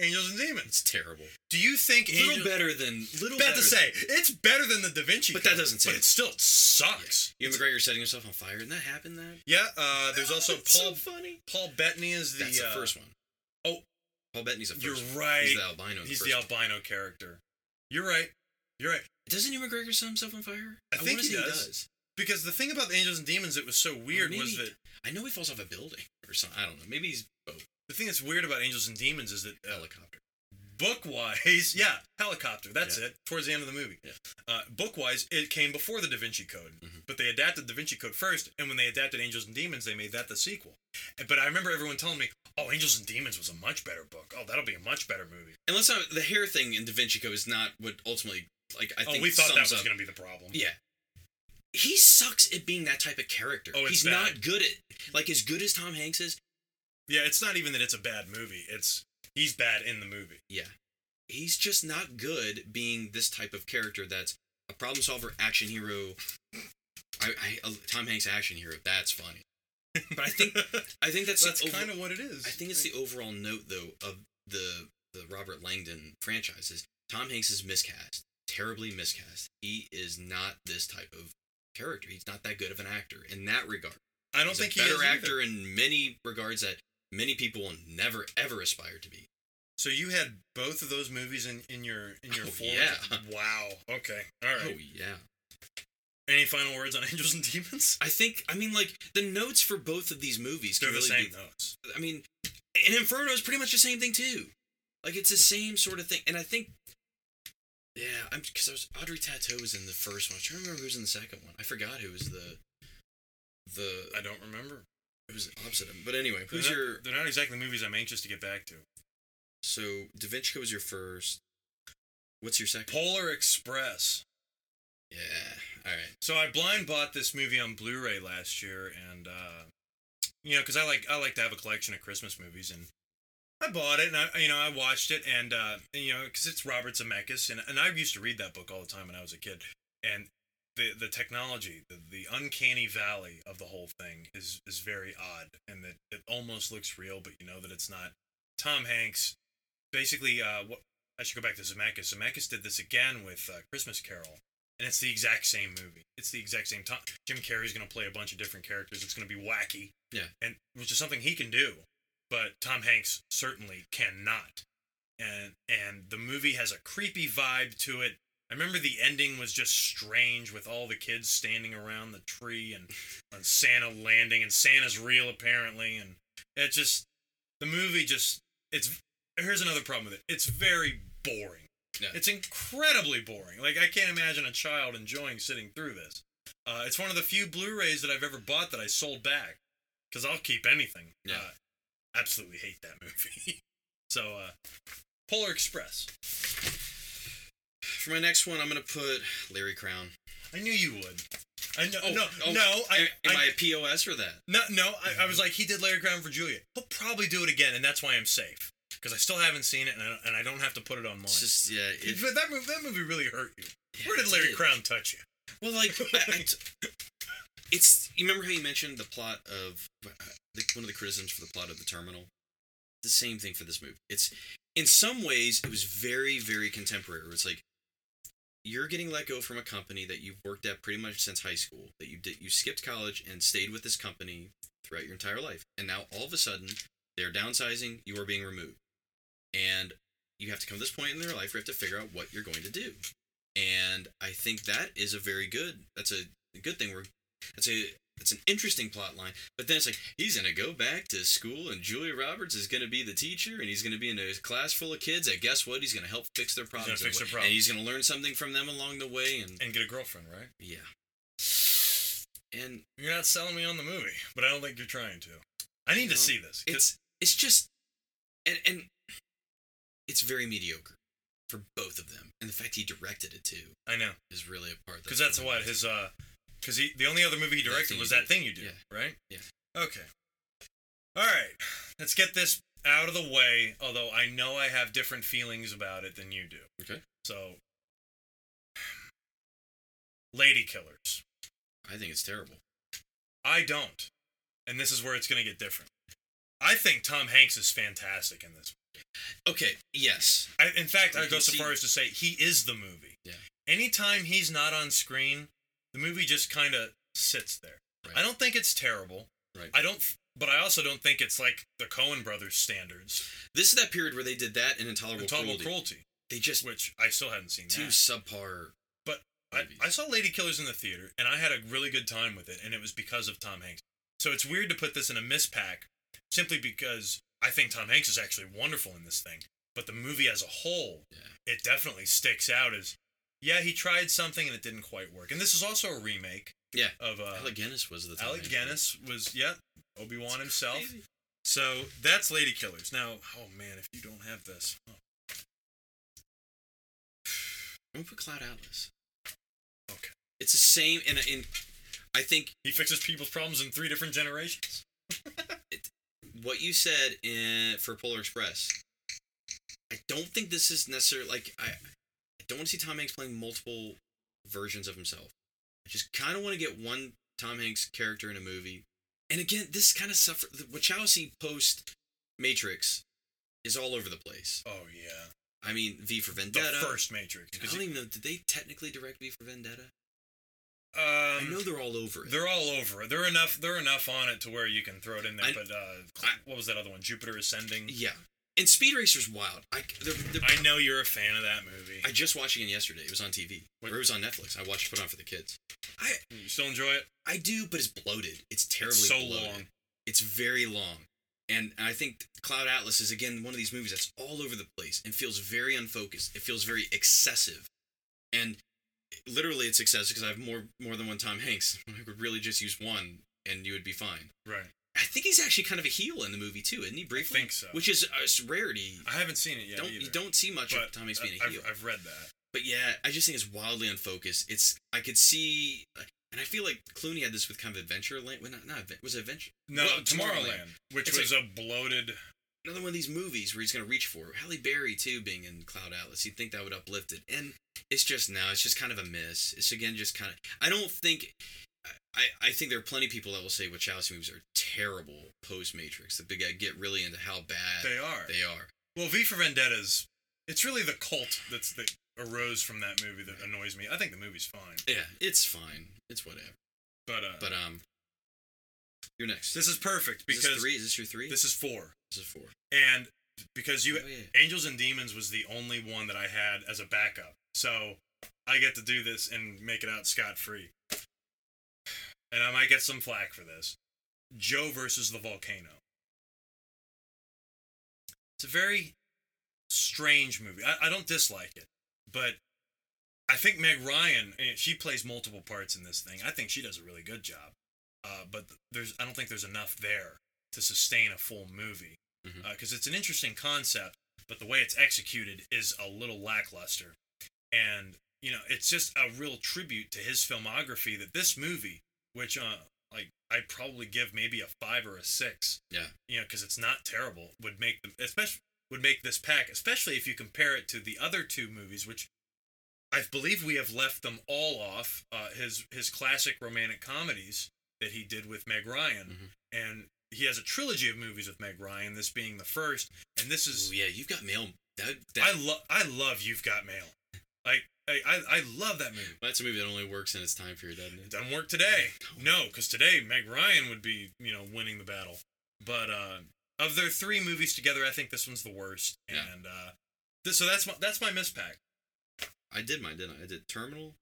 Angels and Demons.
It's terrible.
Do you think
A little
Angel-
better than little.
Bad
better
to
than-
say, it's better than the Da Vinci.
But that
Code,
doesn't say
But
it.
it still sucks.
Ewan McGregor setting himself on fire. Didn't that happen? That
Yeah. uh, there's also
It's so
Paul.
funny.
Paul Bettany is the.
That's the
uh,
first one.
oh.
Paul Bettany's the
You're
first.
right.
one. He's the albino. in
He's
first
the
one.
albino character. You're right. You're right.
Doesn't Ewan McGregor set himself on fire?
I think
wanna
he
say
does. Because the thing about the Angels and Demons that was so weird
maybe-
was that
I know he falls off a building or something. I don't know. Maybe he's both
the thing that's weird about Angels and Demons is that uh,
helicopter.
book wise, yeah, helicopter, that's
Yeah.
it, towards the end of the movie.
Yeah.
Uh, book wise, it came before the Da Vinci Code,
Mhm.
but they adapted Da Vinci Code first, and when they adapted Angels and Demons, they made that the sequel. And- But I remember everyone telling me, oh, Angels and Demons was a much better book. Oh, that'll be a much better movie.
And let's not the hair thing in Da Vinci Code is not what ultimately like I
oh,
think
we thought that
sums
was
up.
going to be the problem.
Yeah. He sucks at being that type of character.
Oh, it's
He's
bad.
not good at like as good as Tom Hanks is.
Yeah, it's not even that it's a bad movie, it's he's bad in the movie.
Yeah. He's just not good being this type of character that's a problem solver, action hero. I, I uh, Tom Hanks action hero. That's funny.
but I think
I think that's,
that's
the over-
kind of what it is.
I think it's the overall note though of the the Robert Langdon franchise is Tom Hanks is miscast, terribly miscast. He is not this type of character. He's not that good of an actor in that regard.
I don't
He's a
think he
better
is either.
actor in many regards that many people will never ever aspire to be.
So you had both of those movies in, in your in your
Oh,
fours?
yeah.
Wow. Okay. All right.
Oh yeah. Oh.
Any final words on Angels and Demons?
I think I mean like the notes for both of these movies
They're
can
the
really
same
be
notes.
I mean, and Inferno is pretty much the same thing too. Like it's the same sort of thing, and I think, yeah, I'm because I was Audrey Tateau was in the first one. I'm trying to remember who was in the second one. I forgot who was the the
I don't remember.
it was the opposite of him. But anyway, who's
they're not,
your
They're not exactly movies I'm anxious to get back to.
so Da Vinci Code was your first. What's your second?
Polar Express.
Yeah. All right.
So I blind bought this movie on Blu-ray last year, and uh, you know, because I like I like to have a collection of Christmas movies, and I bought it, and I you know I watched it, and uh, and, you know, because it's Robert Zemeckis, and and I used to read that book all the time when I was a kid, and the the technology, the, the uncanny valley of the whole thing is is very odd, and that it almost looks real, but you know that it's not. Tom Hanks, basically, uh, what I should go back to Zemeckis. Zemeckis did this again with uh, Christmas Carol and it's the exact same movie. It's the exact same time. Jim Carrey's going to play a bunch of different characters. It's going to be wacky.
Yeah.
and which is something he can do, but Tom Hanks certainly cannot. And and the movie has a creepy vibe to it. I remember the ending was just strange with all the kids standing around the tree and on Santa landing and Santa's real apparently and it just the movie just it's here's another problem with it. It's very boring.
Yeah.
It's incredibly boring. Like I can't imagine a child enjoying sitting through this. Uh, it's one of the few Blu-rays that I've ever bought that I sold back because I'll keep anything.
Yeah.
Uh, absolutely hate that movie. so, uh, Polar Express.
For my next one, I'm gonna put Larry Crown.
I knew you would. I know.
Oh,
no,
oh,
no. I,
am, am
I-
I a POS for that?
No, no. I, I was like, he did Larry Crown for Julia. He'll probably do it again, and that's why I'm safe because I still haven't seen it, and I, don't- and I don't have to put it on mine.
It's just yeah. It,
but that movie, that movie really hurt you. Where
it
did Larry
did.
Crown touch you?
Well, like, I, I t- it's you remember how you mentioned the plot of uh, the, one of the criticisms for the plot of the Terminal. The same thing for this movie. It's in some ways it was very very contemporary. It's like you're getting let go from a company that you've worked at pretty much since high school. That you did you skipped college and stayed with this company throughout your entire life, and now all of a sudden they're downsizing. You are being removed, and you have to come to this point in their life where you have to figure out what you're going to do and I think that is a very good. That's a good thing. We're that's a that's an interesting plot line. But then it's like he's gonna go back to school, and Julia Roberts is gonna be the teacher, and he's gonna be in a class full of kids. And guess what? He's gonna help fix their
gonna
problems, in a
fix
way,
their problems.
and he's gonna learn something from them along the way. And
And get a girlfriend, right?
yeah, and
You're not selling me on the movie, but I don't think you're trying to. I need
No,
to see this. 'cause-
it's it's just and and it's very mediocre for both of them, and the fact he directed it too
I know
is really a part.
because that's what his uh, because he the only other movie he
That
directed
Thing You
was
Did.
that thing you did,
Yeah.
right?
Yeah.
Okay. All right, let's get this out of the way. Although I know I have different feelings about it than you do.
Okay.
So, Lady Killers.
I think it's terrible.
I don't, and this is where it's gonna get different. I think Tom Hanks is fantastic in this.
Okay. Yes.
I, in fact,
I
I would go
can
so
see-
far as to say he is the movie.
Yeah.
Anytime he's not on screen, the movie just kind of sits there.
Right.
I don't think it's terrible.
Right.
I don't, but I also don't think it's like the Cohen brothers standards.
This is that period where they did that and Intolerable,
Intolerable
Cruelty.
cruelty,
They just were
which I still hadn't seen.
two
that.
subpar.
I,
movies.
I saw Lady Killers in the theater, and I had a really good time with it, and it was because of Tom Hanks. So it's weird to put this in a mispack, simply because I think Tom Hanks is actually wonderful in this thing. But the movie as a whole,
Yeah.
it definitely sticks out as, yeah, he tried something and it didn't quite work. And this is also a remake
Yeah.
of uh,
Alec Guinness was the time.
Alec Guinness was yeah Obi Wan himself.
Crazy.
So that's Lady Killers. Now, oh man, if you don't have this, oh,
I'm gonna put Cloud Atlas.
Okay.
It's the same, and and I think
he fixes people's problems in three different generations.
what you said in for Polar Express. I don't think this is necessarily like I. I don't want to see Tom Hanks playing multiple versions of himself. I just kind of want to get one Tom Hanks character in a movie. And again, this kind of suffer. The Wachowski post Matrix is all over the place.
Oh yeah.
I mean, V for Vendetta.
The first Matrix.
uh, I
'cause
don't even know. Did they technically direct V for Vendetta?
Um,
I know they're all over it.
They're all over it. They're enough. They're enough on it to where you can throw it in there.
I-
but uh,
I-
what was that other one? Jupiter Ascending.
Yeah, and Speed Racer's wild. I they're, they're,
I know you're a fan of that movie.
I just watched it again yesterday. It was on TV.
What-
Or it was on Netflix. I watched it put on for the kids.
you still enjoy it?
I do, but it's bloated. It's terribly
It's so
bloated.
long.
It's very long. And I think Cloud Atlas is again one of these movies that's all over the place and feels very unfocused. It feels very excessive. And literally it's excessive because I have more more than one Tom Hanks. I could really just use one and you would be fine.
Right.
I think he's actually kind of a heel in the movie too, isn't he? Briefly,
think so.
Which is a rarity.
I haven't seen it yet.
don't
either.
you don't see much of
But
Tom Hanks being a heel.
I've, I've read that.
But yeah, I just think it's wildly unfocused. It's I could see, and I feel like Clooney had this with kind of Adventureland. Well, not not Adven- was it Adventure.
No,
Well,
Tomorrowland, which
It's
was a bloated.
Another one of these movies where he's gonna reach for Halle Berry too, being in Cloud Atlas. You'd think that would uplift it, and it's just now it's just kind of a miss. It's again just kind of. I don't think. I, I think there are plenty of people that will say Wachowski movies are terrible post Matrix. That they get uh, get really into how bad
They are.
Uh, they are.
Well, V for Vendetta's. It's really the cult that's that arose from that movie that annoys me. I think the movie's fine,
Yeah, it's fine. It's whatever.
but uh,
But um, you're next.
this is perfect
Is
because
this three. Is this your three?
this is four,
this is four.
and because you
Oh, yeah.
Angels and Demons was the only one that I had as a backup. So I get to do this and make it out scot free. And I might get some flack for this. Joe versus the volcano. It's a very strange movie. I, I don't dislike it, but I think Meg Ryan, eh, she plays multiple parts in this thing. I think she does a really good job. Uh, but there's, I don't think there's enough there to sustain a full movie
Mhm.
because it's an interesting concept but the way it's executed is a little lackluster. And you know, it's just a real tribute to his filmography that this movie, which uh, like I'd probably give maybe a five or a six.
Yeah.
You know, because it's not terrible. Would make them especially would make this pack, especially if you compare it to the other two movies, which I believe we have left them all off. Uh, his his classic romantic comedies that he did with Meg Ryan, and he has a trilogy of movies with Meg Ryan. This being the first, and this is
Ooh, Oh, yeah, you've got mail. That, that
I love I love You've Got Mail. Like I, I I love that movie.
that's a movie that only works in its time period, doesn't
It
it?
doesn't work today. No, because today Meg Ryan would be you know winning the battle. But uh, of their three movies together, I think this one's the worst.
Yeah.
And uh, th- so that's my that's my mispack.
I did mine, didn't I? I did Terminal.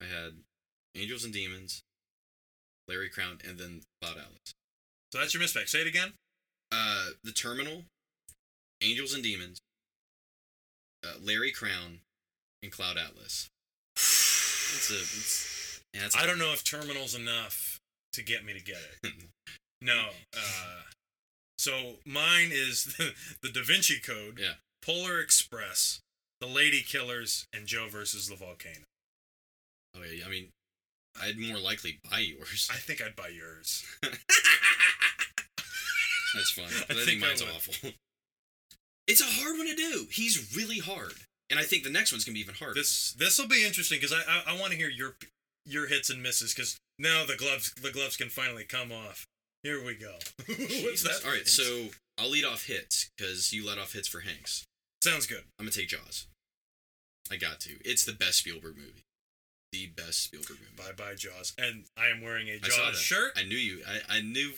I had Angels and Demons, Larry Crown, and then Cloud Atlas.
So that's your mispack. Say it again.
Uh, the Terminal, Angels and Demons, uh, Larry Crown, and Cloud Atlas. It's a. It's, yeah, it's
I don't know if Terminal's enough to get me to get it. No. Uh, so mine is the, the Da Vinci Code,
Yeah.
Polar Express, The Lady Killers, and Joe versus the Volcano.
Oh yeah, I mean, I'd more likely buy yours.
I think I'd buy yours.
That's fun. I, think,
think I
mine's
would.
awful. It's a hard one to do. He's really hard, and I think the next one's gonna be even harder.
This this will be interesting because I I, I want to hear your your hits and misses because now the gloves the gloves can finally come off. Here we go. What's that?
All right, so I'll lead off hits because you let off hits for Hanks.
sounds good.
I'm gonna take Jaws. I got to. It's the best Spielberg movie. The best Spielberg movie.
Bye bye Jaws, and I am wearing a
I saw
Jaws
that.
shirt.
I knew you. I, I knew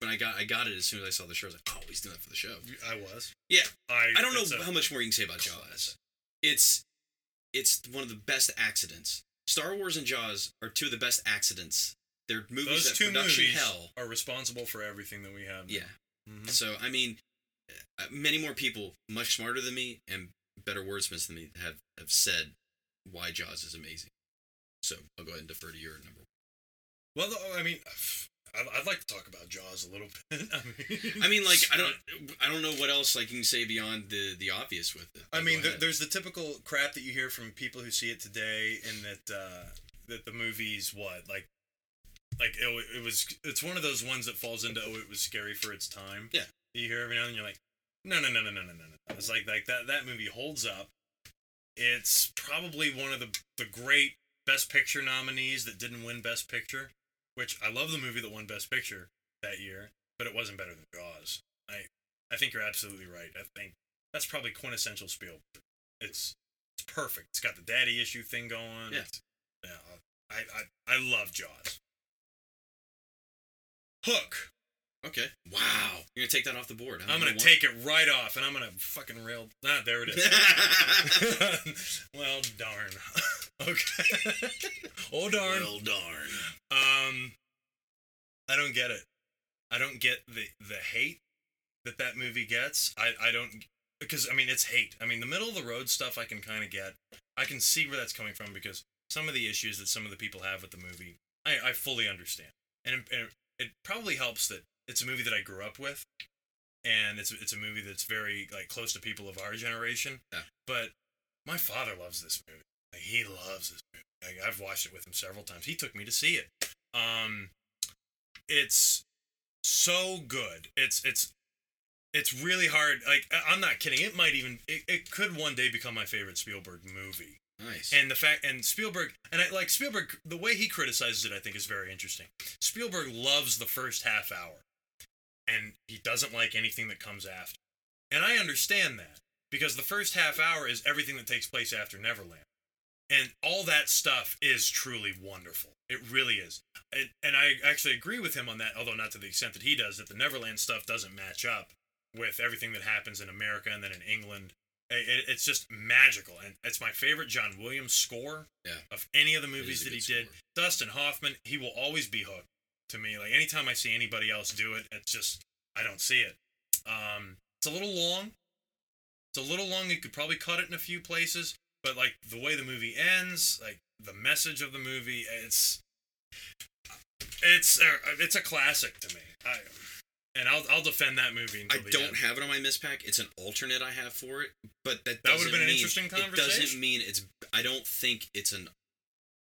when I got I got it as soon as I saw the show. I was like, oh, he's doing that for the show.
I, was.
Yeah,
I
I don't
it's
know
a-
how much more you can say about Jaws. It's it's one of the best accidents. Star Wars and Jaws are two of the best accidents. They're movies
those
that
two
production
movies
hell.
are responsible for everything that we have. now.
Yeah.
Mhm.
So I mean, uh, many more people, much smarter than me and better wordsmiths than me, have have said why Jaws is amazing. So I'll go ahead and defer to your number.
Well, though, I mean, I- I'd like to talk about Jaws a little bit. I mean,
I mean, like I don't I don't know what else like you can say beyond the the obvious with it.
I
Go
mean, there,
ahead.
there's the typical crap that you hear from people who see it today, and that uh, that the movie's what like, like it, wa- it was. It's one of those ones that falls into oh, it was scary for its time.
Yeah.
you hear every now and then you're like, no, no, no, no, no, no, no, no. It's like like that that movie holds up. It's probably one of the the great Best Picture nominees that didn't win Best Picture, which I love the movie that won Best Picture that year, but it wasn't better than Jaws. I I think you're absolutely right. I think that's probably quintessential Spielberg. It's it's perfect. It's got the daddy issue thing going.
Yeah.
It's- yeah I, I I I love Jaws. Hook.
Okay. Wow. You're gonna take that off the board. huh?
I'm
You
gonna
want-
take it right off, and I'm gonna fucking rail. Ah, there it is. well, darn. okay. oh darn.
well, darn.
Um, I don't get it. I don't get the the hate that that movie gets. I I don't because I mean it's hate. I mean the middle of the road stuff I can kind of get. I can see where that's coming from because some of the issues that some of the people have with the movie, I I fully understand, and, it- and it probably helps that it's a movie that I grew up with, and it's it's a movie that's very like close to people of our generation.
Yeah.
But my father loves this movie. Like, he loves this movie. Like, I've watched it with him several times. He took me to see it. Um, it's so good. It's it's it's really hard. Like I- I'm not kidding. It might even it, it could one day become my favorite Spielberg movie.
Nice.
And the fact and Spielberg and I like Spielberg the way he criticizes it I think is very interesting. Spielberg loves the first half hour and he doesn't like anything that comes after. And I understand that because the first half hour is everything that takes place after Neverland. And all that stuff is truly wonderful. It really is. And, and I actually agree with him on that, although not to the extent that he does, that the Neverland stuff doesn't match up with everything that happens in America and then in England. I- it- it's just magical. And it's my favorite John Williams score
Yeah.
of any of the
It
movies
is a
that he
good
did.
score.
Dustin Hoffman, he will always be hooked to me. Like anytime I see anybody else do it, it's just I don't see it. Um, it's a little long. It's a little long. You could probably cut it in a few places, but like the way the movie ends, like the message of the movie, it's it's a, it's a classic to me. I, and I'll I'll defend that movie until
I
the
don't
end.
have it on my miss pack. It's an alternate I have for it, but that
That would've
doesn't
been an
mean-
interesting
It
conversation.
doesn't mean it's. I don't think it's an.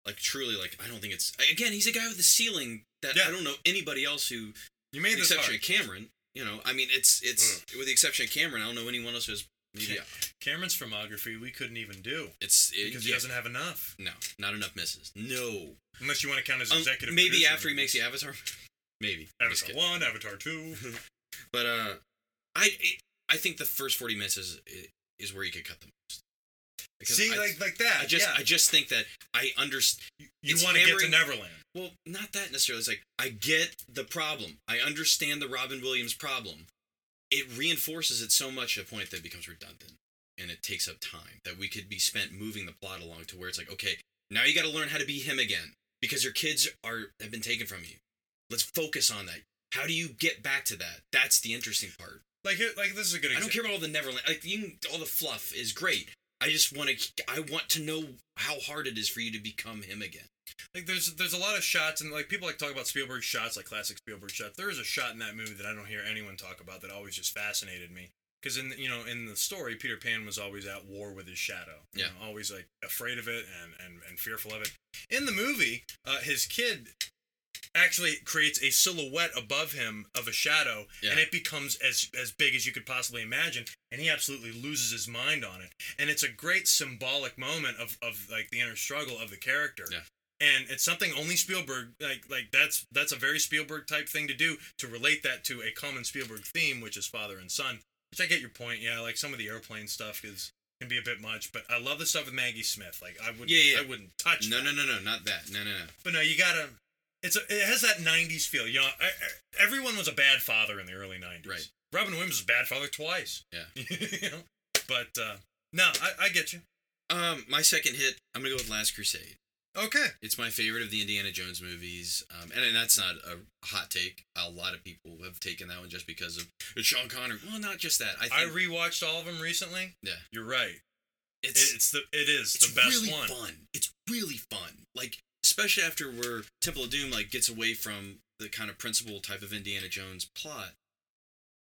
Like truly, like I don't think it's. Again, he's a guy with a ceiling that
Yeah.
I don't know anybody else who, with the
you made this
exception of
hard.
Cameron. You know, I mean, it's it's with the exception of Cameron, I don't know anyone else who's. Maybe
Cameron's filmography we couldn't even do
it's it,
because he
yeah.
doesn't have enough.
No, not enough misses. No.
Unless you want to count his
Um,
executive.
maybe
producer
after he makes
movies.
the Avatar. maybe. I'm just
Avatar one, Avatar two.
kidding. but uh, I I think the first forty minutes is is where you could cut the most. Because
See,
I-
like like that.
I just
yeah.
I just think that I understand.
you
it's
want to get to
hammering-
Neverland.
Well, not that necessarily. It's like I get the problem. I understand the Robin Williams problem. It reinforces it so much to a point that it becomes redundant, and it takes up time that we could be spent moving the plot along to where it's like, okay, now you got to learn how to be him again because your kids are have been taken from you. Let's focus on that. How do you get back to that? That's the interesting part.
Like here- like this is a good
I
example.
don't care about all the Neverland. Like you can, all the fluff is great. I just want to. I want to know how hard it is for you to become him again.
Like there's there's a lot of shots and like people like talk about Spielberg shots, like classic Spielberg shots. There is a shot in that movie that I don't hear anyone talk about that always just fascinated me. Because in the- you know in the story, Peter Pan was always at war with his shadow. you
Yeah.
know, always like afraid of it and and and fearful of it. In the movie, uh, his kid actually creates a silhouette above him of a shadow
Yeah.
and it becomes as as big as you could possibly imagine and he absolutely loses his mind on it and it's a great symbolic moment of of like the inner struggle of the character
Yeah.
and it's something only Spielberg like like that's that's a very Spielberg type thing to do to relate that to a common Spielberg theme which is father and son which I get your point yeah like some of the airplane stuff is can be a bit much but I love the stuff with Maggie Smith like I would
Yeah, yeah.
I wouldn't touch
No,
that.
no, no, no, not that. No, no, no.
But no, you gotta. It's a, it has that '90s feel. You know, I, I- everyone was a bad father in the early '90s.
Right.
Robin Williams was a bad father twice.
Yeah.
you know. But uh, no, I, I get you.
Um, my second hit. I'm gonna go with Last Crusade.
Okay.
It's my favorite of the Indiana Jones movies, um, and, and that's not a hot take. A lot of people have taken that one just because of it's Sean Connery. Well, not just that. I think
I, rewatched all of them recently.
Yeah.
You're right.
it's
It's, it's the it is the best
really
one.
fun. It's really fun. Like especially after where Temple of Doom like gets away from the kind of principal type of Indiana Jones plot.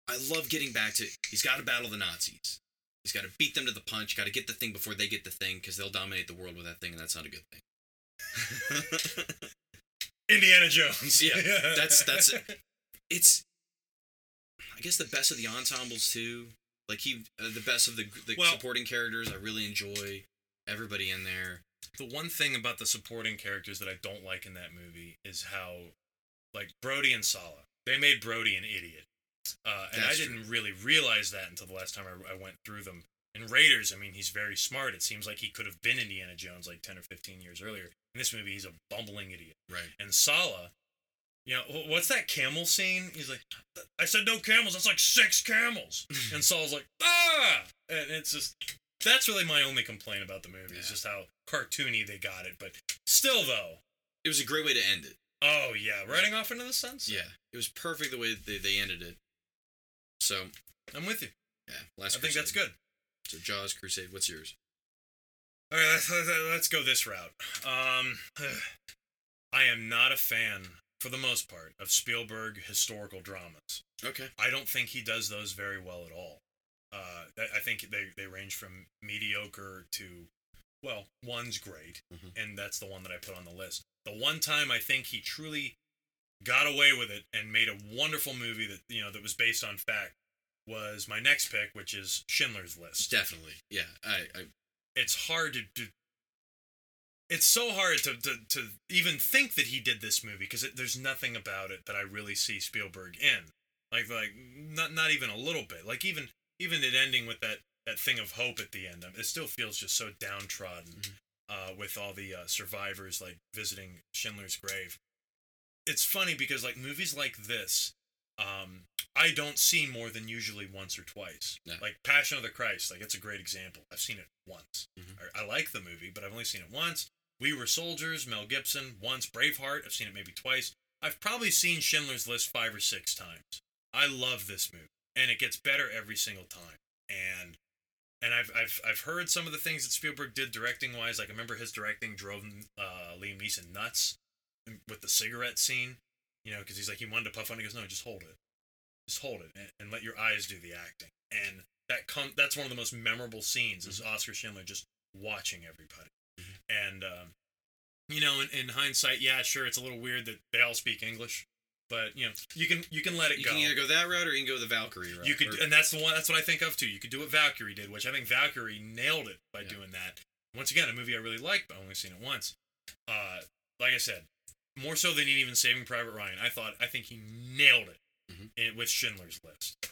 I love getting back to he's got to battle the Nazis. He's got to beat them to the punch. Got to get the thing before they get the thing because they'll dominate the world with that thing, and that's not a good thing.
Indiana Jones.
Yeah, that's- that's it. it's, I guess, the best of the ensembles too. Like he, uh, the best of the the
Well-
supporting characters. I really enjoy everybody in there.
The one thing about the supporting characters that I don't like in that movie is how, like Brody and Sala, they made Brody an idiot, uh, and I
That's
didn't really realize that until the last time I, I went through them. And Raiders, I mean, he's very smart. It seems like he could have been Indiana Jones like 10 or 15 years earlier. In this movie, he's a bumbling idiot.
Right.
And Sala, you know, wh- what's that camel scene? He's like, I said no camels. That's like six camels. and Sala's like, ah! And it's just, that's really my only complaint about the movie is
Yeah.
just how cartoony they got it. But still, though,
It was a great way to end it.
oh, yeah, riding off into the sunset.
Yeah. It was perfect the way that they, they ended it. So,
I'm with you.
yeah. Last
I think that's
Crusade.
good.
So, Jaws, Crusade, what's yours?
All right, let's, let's- let's go this route. Um, I am not a fan, for the most part, of Spielberg historical dramas.
Okay.
I don't think he does those very well at all. Uh, I- I think they, they range from mediocre to, well, one's great,
Mhm.
and that's the one that I put on the list. The one time I think he truly got away with it and made a wonderful movie that you know that was based on fact was my next pick, which is Schindler's List.
Definitely. Yeah. I, I
it's hard to, to it's so hard to, to, to even think that he did this movie because there's nothing about it that I really see Spielberg in. Like like not not even a little bit. Like even even it ending with that that thing of hope at the end. um, It still feels just so downtrodden
Mhm.
uh, with all the uh, survivors like visiting Schindler's grave. It's funny because like movies like this um, I don't see more than usually once or twice.
No.
Like Passion of the Christ, like it's a great example. I've seen it once.
Mhm.
I, I like the movie, but I've only seen it once. We Were Soldiers, Mel Gibson, once. Braveheart, I've seen it maybe twice. I've probably seen Schindler's List five or six times. I love this movie, and it gets better every single time. And and I've I've I've heard some of the things that Spielberg did directing wise. Like I remember his directing drove uh, Liam Neeson nuts with the cigarette scene. You know, because he's like he wanted to puff on. it. He goes, no, just hold it just hold it and, and let your eyes do the acting. And that come that's one of the most memorable scenes is
Mm-hmm.
Oscar Schindler just watching everybody. And um, you know, in, in hindsight, yeah, sure, it's a little weird that they all speak English, but you know, you can you can let it
you
go.
can either go that route or you can go the Valkyrie route.
You could,
or-
and that's the one. That's what I think of too. You could do what Valkyrie did, which I think Valkyrie nailed it by
Yeah.
doing that. Once again, a movie I really like, but I've only seen it once. Uh, like I said, more so than even Saving Private Ryan, I thought I think he nailed it
Mhm.
in, with Schindler's List.
I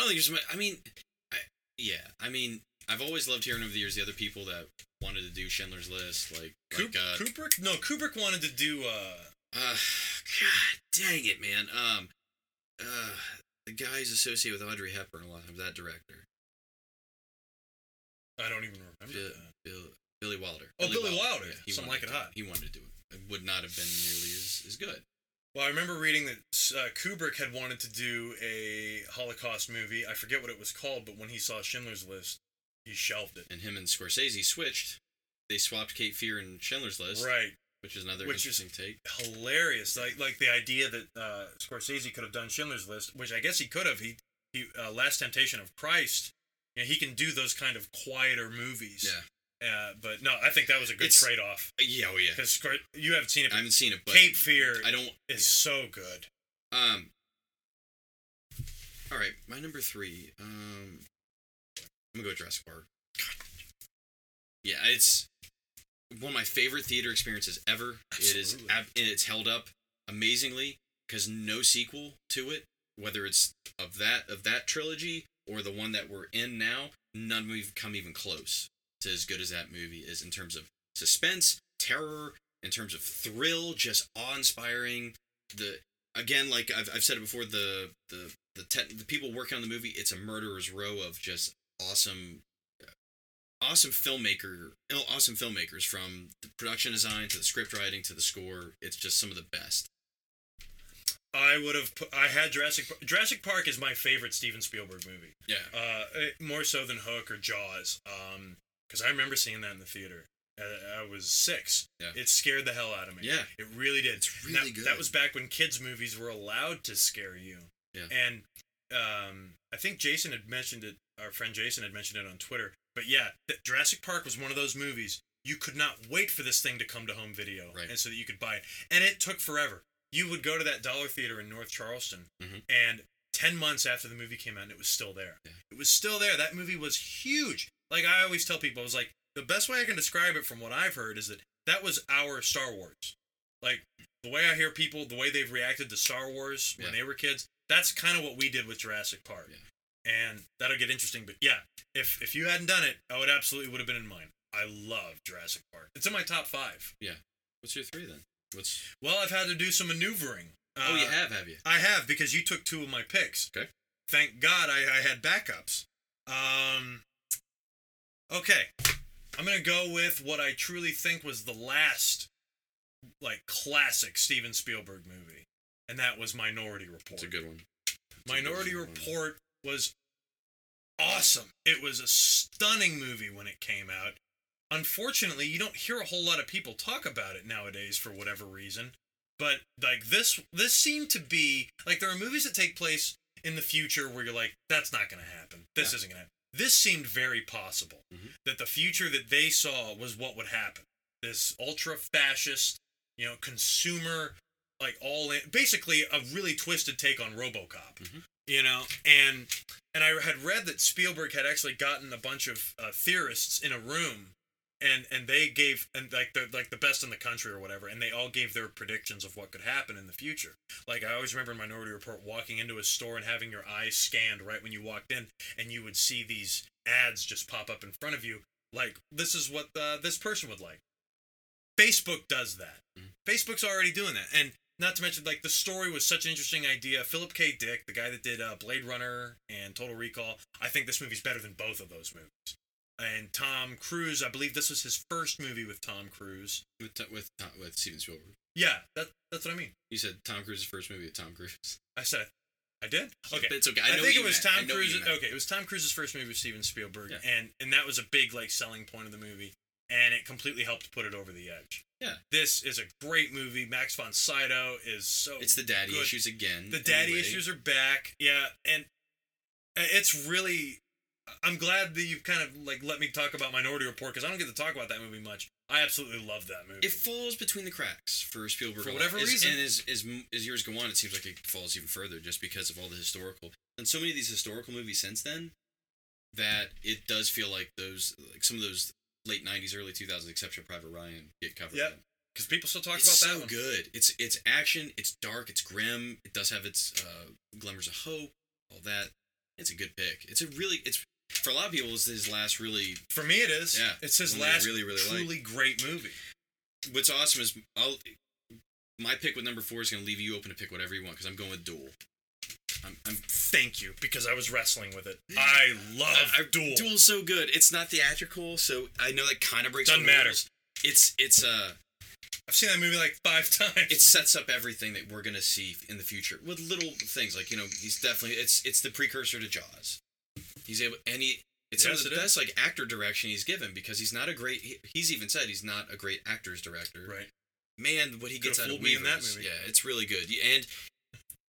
don't think there's much. I mean, I, yeah. I mean, I've always loved hearing over the years the other people that wanted to do Schindler's List, like,
Kubrick,
like uh,
Kubrick? No, Kubrick wanted to do. uh
uh, God dang it, man. Um, uh, the guy who's associated with Audrey Hepburn a lot of that director,
I don't even remember. Uh,
Bill,
that.
Bill, Billy Wilder.
Oh, Billy Wilder.
he
Something
wanted
Like
to
It
do
Hot.
He wanted to do it. It would not have been nearly as, as good.
Well, I remember reading that uh, Kubrick had wanted to do a Holocaust movie. I forget what it was called, but when he saw Schindler's List, he shelved it.
And him and Scorsese switched. They swapped Kate Fear and Schindler's List,
Right.
which is another
Which is-
interesting take.
hilarious. Like like the idea that uh, Scorsese could have done Schindler's List, which I guess he could have. He he uh, Last Temptation of Christ. You know, he can do those kind of quieter movies.
Yeah.
Uh, but no, I think that was a good
It's-
trade off
Yeah, oh yeah.
because you haven't seen it.
I
But
haven't seen it, but
Cape Fear
I don't.
is
yeah.
so good.
Um. All right, my number three. Um, I'm gonna go Jurassic Park. Yeah, it's one of my favorite theater experiences ever. It is.
Absolutely.
ab- It's held up amazingly because no sequel to it, whether it's of that of that trilogy or the one that we're in now, none we've come even close to as good as that movie is in terms of suspense, terror, in terms of thrill, just awe-inspiring. The again, like I've, I've said it before, the the the, te- the people working on the movie, it's a murderer's row of just awesome, uh, awesome filmmaker, awesome filmmakers from the production design to the script writing to the score. It's just some of the best.
I would have. Put, I had Jurassic. Par- Jurassic Park is my favorite Steven Spielberg movie.
Yeah,
uh, it- more so than Hook or Jaws, because I remember seeing that in the theater. Uh, I, I was six.
Yeah.
It scared the hell out of me.
Yeah.
it really did.
It's
And
really
that,
good.
That was back when kids' movies were allowed to scare you.
Yeah.
and um, I think Jason had mentioned it. Our friend Jason had mentioned it on Twitter. But yeah, th- Jurassic Park was one of those movies you could not wait for this thing to come to home video,
Right.
and so that you could buy it. And it took forever. You would go to that dollar theater in North Charleston,
Mhm.
and ten months after the movie came out, and it was still there.
Yeah.
It was still there. That movie was huge. Like I always tell people, I was like, the best way I can describe it from what I've heard is that that was our Star Wars. Like the way I hear people, the way they've reacted to Star Wars when
Yeah.
they were kids, that's kind of what we did with Jurassic Park.
Yeah.
and that'll get interesting. But yeah, if if you hadn't done it, I would absolutely would have been in mine. I love Jurassic Park. It's in my top five.
What's your three then? What's
Well, I've had to do some maneuvering.
oh you
Uh,
have have you?
I have because you took two of my picks.
Okay.
Thank God I, I had backups. Um, okay, I'm gonna go with what I truly think was the last, like classic Steven Spielberg movie, and that was Minority Report.
It's a good one. It's a good
Minority
one.
Report was awesome. It was a stunning movie when it came out. Unfortunately, you don't hear a whole lot of people talk about it nowadays for whatever reason. But like this this seemed to be like there are movies that take place in the future where you're like that's not going to happen. This
Yeah.
isn't going to happen. This seemed very possible
Mhm.
that the future that they saw was what would happen. This ultra fascist, you know, consumer like all in basically a really twisted take on RoboCop.
Mhm.
You know, and and I had read that Spielberg had actually gotten a bunch of uh, theorists in a room, and and they gave and like the like the best in the country or whatever, and they all gave their predictions of what could happen in the future. Like I always remember in Minority Report walking into a store and having your eyes scanned right when you walked in, and you would see these ads just pop up in front of you, like this is what uh, this person would like. Facebook does that.
Mhm.
Facebook's already doing that, and not to mention like the story was such an interesting idea. Philip K. Dick, the guy that did uh, Blade Runner and Total Recall, I think this movie's better than both of those movies. And Tom Cruise, I believe this was his first movie with Tom Cruise.
with Tom- with Tom- with Steven Spielberg.
Yeah, that, that's what I mean.
You said Tom Cruise's first movie with Tom Cruise.
I said, I did. Okay,
it's okay. I,
I,
know
think
what
it
you
was
meant. I
Tom
know what you
Cruise.
meant.
Okay, it was Tom Cruise's first movie with Steven Spielberg,
Yeah.
and and that was a big like selling point of the movie, and it completely helped put it over the edge.
Yeah.
this is a great movie. Max von Sydow is so
It's the daddy
oh, Good.
issues again.
the daddy
anyway.
issues are back yeah and uh, it's really i'm glad that you've kind of like let me talk about minority report because i don't get to talk about that movie much i absolutely love that movie
It falls between the cracks for Spielberg
For
a lot.
whatever
As-
reason.
and as, as m- as years go on, it seems like it falls even further just because of all the historical and so many of these historical movies since then that it does feel like those like some of those late '90s, early 2000s, except for Private Ryan, get covered.
Yep.
in.
because people still talk
it's
about
so
that one
good. It's it's action. It's dark. It's grim. It does have its uh, glimmers of hope. All that. It's a good pick. It's a really it's for a lot of people. It's his last really
for me it is
Yeah,
it's his
one that I
last
really, really like.
truly great movie
what's awesome is I'll my pick with number four is going to leave you open to pick whatever you want because I'm going with Duel. I'm, I'm
thank you because i was wrestling with it i love
I- I-
duel.
Duel's so good. It's not theatrical, so I know that kind of breaks.
Doesn't
the
matter.
rules. It's it's uh
i've seen that movie like five times
it sets up everything that we're going to see in the future with little things like you know he's definitely it's it's the precursor to Jaws. He's able and he it's some of
Yes,
the
it is.
best like actor direction he's given because he's not a great he, he's even said he's not a great actor's director.
right
man, what he
Coulda
gets out of
fooled me in that
Weavers.
movie.
Yeah, it's really good. You- And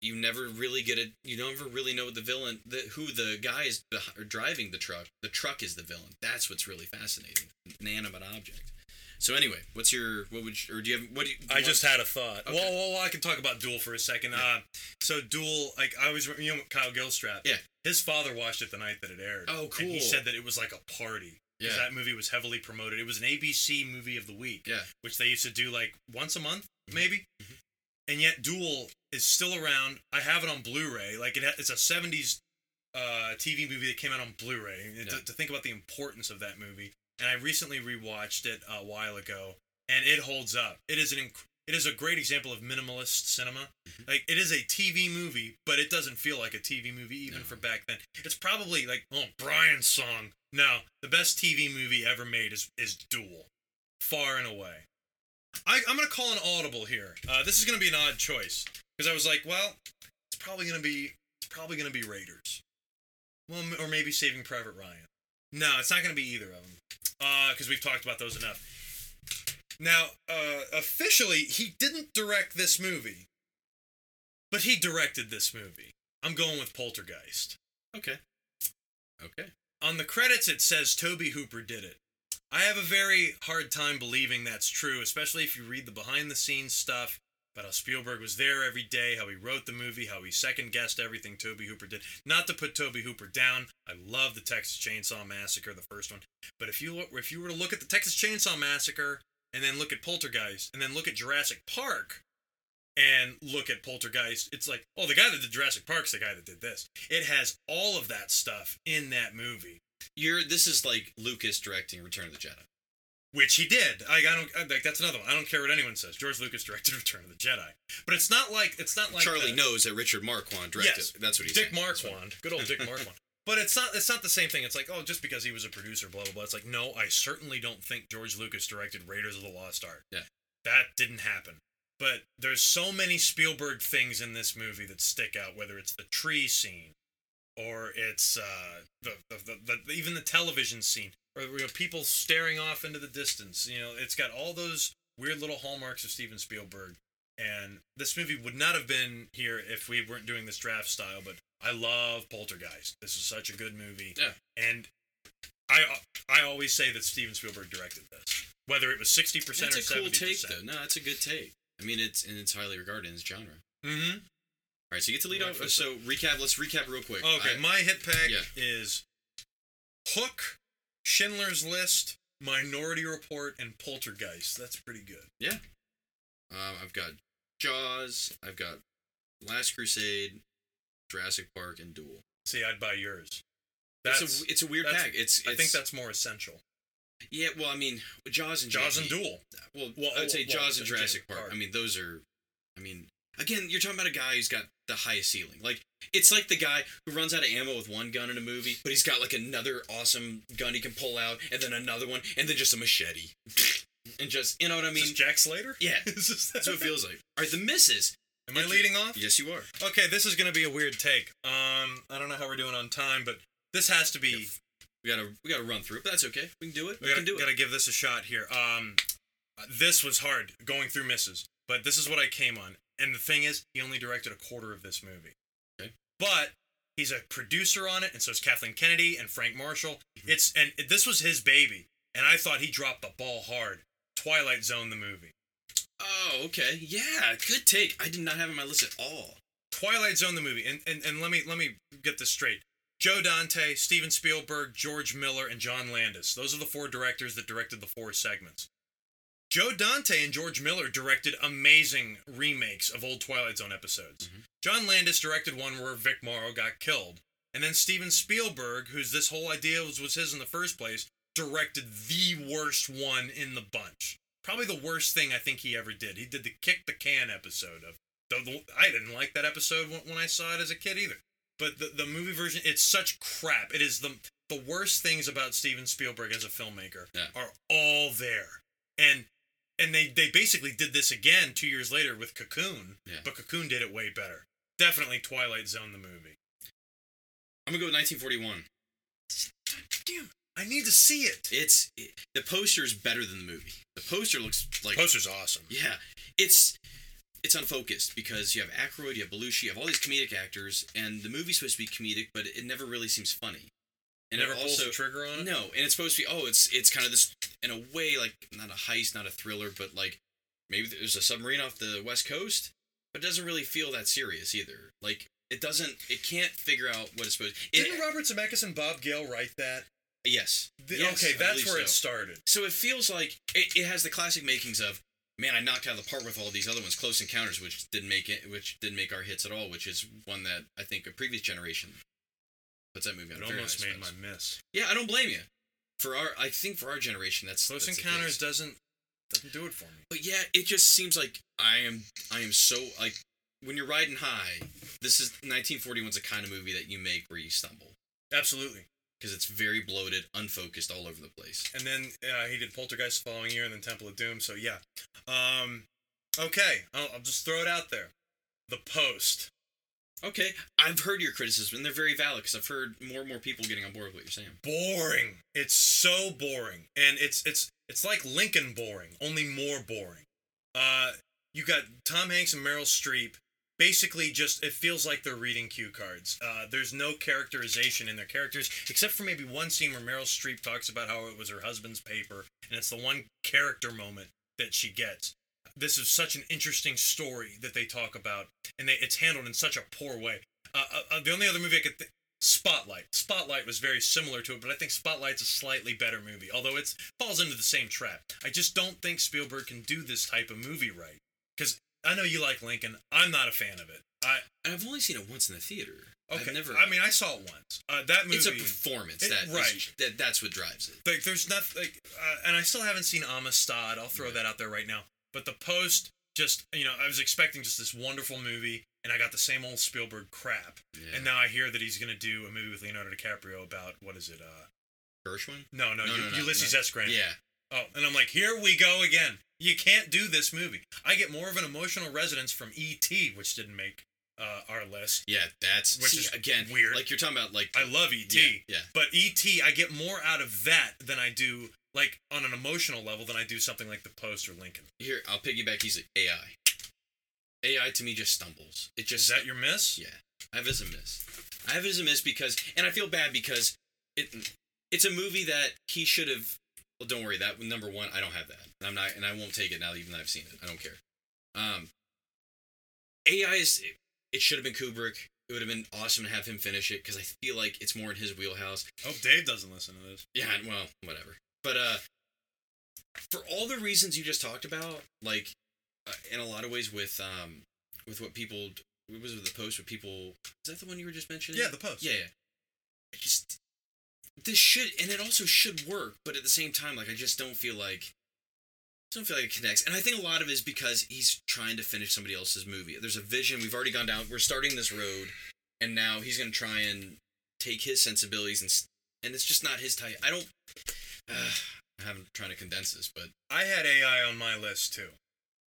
you never really get it. You never really know the villain, the, who the guy is beh- or driving the truck. The truck is the villain. That's what's really fascinating. An animate object. So anyway, what's your what would you, or do you have what do you? do
I
you
just
want-
had a thought.
Okay.
Well, well, well, I can talk about Duel for a second. Uh, so Duel, like I was, you know, Kyle Gilstrap.
Yeah.
His father watched it the night that it aired.
Oh,
And he
cool.
said that it was like a party. 'cause
yeah
That movie was heavily promoted. It was an ABC movie of the week,
yeah Mm-hmm.
which they used to do like once a month, maybe. And yet, Duel is still around. I have it on Blu-ray. Like it, ha- it's a '70s uh, TV movie that came out on Blu-ray. And
Yeah.
To, to think about the importance of that movie, and I recently rewatched it a while ago, and it holds up. It is an inc- it is a great example of minimalist cinema. Like it is a TV movie, but it doesn't feel like a TV movie even
No.
for back then. It's probably like oh Brian's song. No, the best TV movie ever made is is Duel, far and away. I, I'm gonna call an audible here. Uh, this is gonna be an odd choice because I was like, well, it's probably gonna be it's probably gonna be Raiders. Well, m- or maybe Saving Private Ryan. No, it's not gonna be either of them because we've talked about those enough. Now, uh, officially, he didn't direct this movie, but he directed this movie. I'm going with Poltergeist.
okay okay
On the credits, it says Toby Hooper did it. I have a very hard time believing that's true, especially if you read the behind the scenes stuff about how Spielberg was there every day, how he wrote the movie, how he second guessed everything Toby Hooper did. Not to put Toby Hooper down, I love the Texas Chainsaw Massacre, the first one. But if you look, if you were to look at the Texas Chainsaw Massacre and then look at Poltergeist and then look at Jurassic Park, and look at Poltergeist, it's like, oh, the guy that did Jurassic Park's the guy that did this. It has all of that stuff in that movie,
You're this is like Lucas directing Return of the Jedi.
which he did. I, I don't I- like that's another one. I don't care what anyone says. George Lucas directed Return of the Jedi, but it's not like it's not like
Charlie
the-
knows that Richard Marquand directed.
Yes.
it. That's what he's
Dick
saying. That's what-
Marquand, good old Dick Marquand. But it's not it's not the same thing. It's like oh, just because he was a producer, blah blah blah. It's like no, I certainly don't think George Lucas directed Raiders of the Lost Ark.
Yeah.
that didn't happen. But there's so many Spielberg things in this movie that stick out. Whether it's the tree scene, or it's uh, the, the, the, the even the television scene, or you know, people staring off into the distance. You know, it's got all those weird little hallmarks of Steven Spielberg and this movie would not have been here if we weren't doing this draft style. But I love Poltergeist. This is such a good movie.
Yeah.
And I I always say that Steven Spielberg directed this, whether it was sixty percent or
That's a cool
seventy
take though.
percent.
No, that's a good take. I mean, it's and it's highly regarded in its genre. All
Mm-hmm.
right, so you get to lead
Right,
off.
for
So recap. Let's recap real quick.
Oh, Okay,
I-
my hit pack
Yeah.
is Hook, Schindler's List, Minority Report, and Poltergeist. That's pretty good.
um, I've got Jaws. I've got Last Crusade, Jurassic Park, and Duel.
See, I'd buy yours. That's
It's a, it's a weird
that's-
pack. It's,
I think
it's-
that's more essential.
yeah. Well, I mean, Jaws and
Jaws and
Jackie-
Duel.
Well,
Well, oh,
I'd say
well,
Jaws
well,
and Jurassic
Jurassic
Park.
Park.
I mean, those are. I mean, again, you're talking about a guy who's got the highest ceiling. Like, it's like the guy who runs out of ammo with one gun in a movie, but he's got like another awesome gun he can pull out, and then another one, and then just a machete, and just you know what I
I
mean?
mean, Jack Slater.
yeah,
Is this-
that's what it feels like. All right, the misses.
Am I leading off?
Yes, you are.
Okay, this is gonna be a weird take. Um, I don't know how we're doing on time, but this has to be.
We gotta we gotta run through, it, but that's okay. We can do it. We,
We gotta,
can do it.
gotta give this a shot here. Um, this was hard going through misses, but this is what I came on. And the thing is, he only directed a quarter of this movie.
Okay.
But he's a producer on it, and so is Kathleen Kennedy and Frank Marshall.
Mm-hmm.
It's and it- this was his baby, and I thought he dropped the ball hard. Twilight Zone, the movie.
Oh, okay. Yeah, good take. I did not have it on my list at all.
Twilight Zone the movie, and, and and let me let me get this straight. Joe Dante, Steven Spielberg, George Miller, and John Landis. Those are the four directors that directed the four segments. Joe Dante and George Miller directed amazing remakes of old Twilight Zone episodes. John Landis directed one where Vic Morrow got killed. And then Steven Spielberg, whose this whole idea was, was his in the first place, directed the worst one in the bunch. Probably the worst thing I think he ever did. He did the kick the can episode of the, the I didn't like that episode when, when I saw it as a kid either. But the, the movie version, it's such crap. It is the the worst things about Steven Spielberg as a filmmaker
Yeah.
are all there. And and they they basically did this again 2 years later with Cocoon,
Yeah.
but Cocoon did it way better. Definitely Twilight Zone the movie.
I'm gonna go with 1941.
Dude, I need to see it.
It's it, the poster is better than the movie. The poster looks like
Poster's awesome.
yeah, it's it's unfocused because you have Aykroyd, you have Belushi, you have all these comedic actors, and the movie's supposed to be comedic, but it never really seems funny. And
Never
it
pulls
also
the trigger on it.
no, and it's supposed to be oh, it's it's kind of this in a way like not a heist, not a thriller, but like maybe there's a submarine off the west coast, but it doesn't really feel that serious either. Like it doesn't, it can't figure out what it's supposed. It,
Didn't Robert Zemeckis and Bob Gale write that?
yes,
Th-
Yes,
okay,
I
that's
believe
where
so.
it started.
So it feels like it, it has the classic makings of man, I knocked out of the park with all these other ones, Close Encounters, which didn't make it, which didn't make our hits at all, which is one that I think a previous generation puts that movie on.
It
a very
almost
high
made my
spot.
miss.
Yeah, I don't blame you. For our, I think for our generation, that's
Close
that's the
Encounters
case.
doesn't doesn't do it for me.
But yeah, it just seems like I am, I am so like when you're riding high. This is 1941's the kind of movie that you make where you stumble
Absolutely.
because it's very bloated, unfocused, all over the place.
And then uh, he did Poltergeist the following year, and then Temple of Doom. So yeah. Um, okay, I'll, I'll just throw it out there. The Post.
Okay, I've heard your criticism, and they're very valid because I've heard more and more people getting on board with what you're saying.
Boring. It's so boring, and it's it's it's like Lincoln boring, only more boring. Uh, you got Tom Hanks and Meryl Streep. Basically, just it feels like they're reading cue cards. Uh, there's no characterization in their characters, except for maybe one scene where Meryl Streep talks about how it was her husband's paper, and it's the one character moment that she gets. This is such an interesting story that they talk about, and they, it's handled in such a poor way. Uh, uh, uh, the only other movie I could think. Spotlight. Spotlight was very similar to it, but I think Spotlight's a slightly better movie, although it falls into the same trap. I just don't think Spielberg can do this type of movie right. Because I know you like Lincoln. I'm not a fan of it. I
I've only seen it once in the theater.
okay.
I've never.
I mean, I saw it once. Uh, that movie.
it's a performance
It-
that is-
right.
that that's what drives it.
like there's nothing like uh, and i still haven't seen amistad i'll throw that out there right now but the post just you know i was expecting just this wonderful movie and i got the same old spielberg crap
Yeah.
and now i hear that he's going to do a movie with leonardo dicaprio about what is it uh
Gershwin.
no no, U- ulysses s grant
Yeah.
oh and i'm like here we go again you can't do this movie i get more of an emotional resonance from et which didn't make uh, our list
Yeah, that's
Which
see,
is
again
weird.
Like you're talking about, like
i love et
yeah, yeah,
But ET, I get more out of that than I do like on an emotional level than I do something like the post or Lincoln.
Here, I'll piggyback. He's like AI. AI to me just stumbles. It just
Is that your miss?
Yeah, I have it as a miss. I have it as a miss because, and I feel bad because it it's a movie that he should have. Well, don't worry. That number one, I don't have that. And I'm not, and I won't take it now. Even though I've seen it, I don't care. Um, AI is. It, it should have been Kubrick. It would have been awesome to have him finish it because I feel like it's more in his wheelhouse.
Hope Dave doesn't listen to this.
Yeah, and- well, whatever. But uh for all the reasons you just talked about, like uh, in a lot of ways with um with what people what was it, the post with people is that the one you were just mentioning?
Yeah, the post.
Yeah, yeah. I just this should and it also should work, but at the same time, like I just don't feel like I don't feel like it connects. And I think a lot of it is because he's trying to finish somebody else's movie. There's a vision. We've already gone down. We're starting this road, and now he's gonna try and take his sensibilities and s- and it's just not his type. I don't. Uh, I'm trying to condense this, but
I had AI on my list too.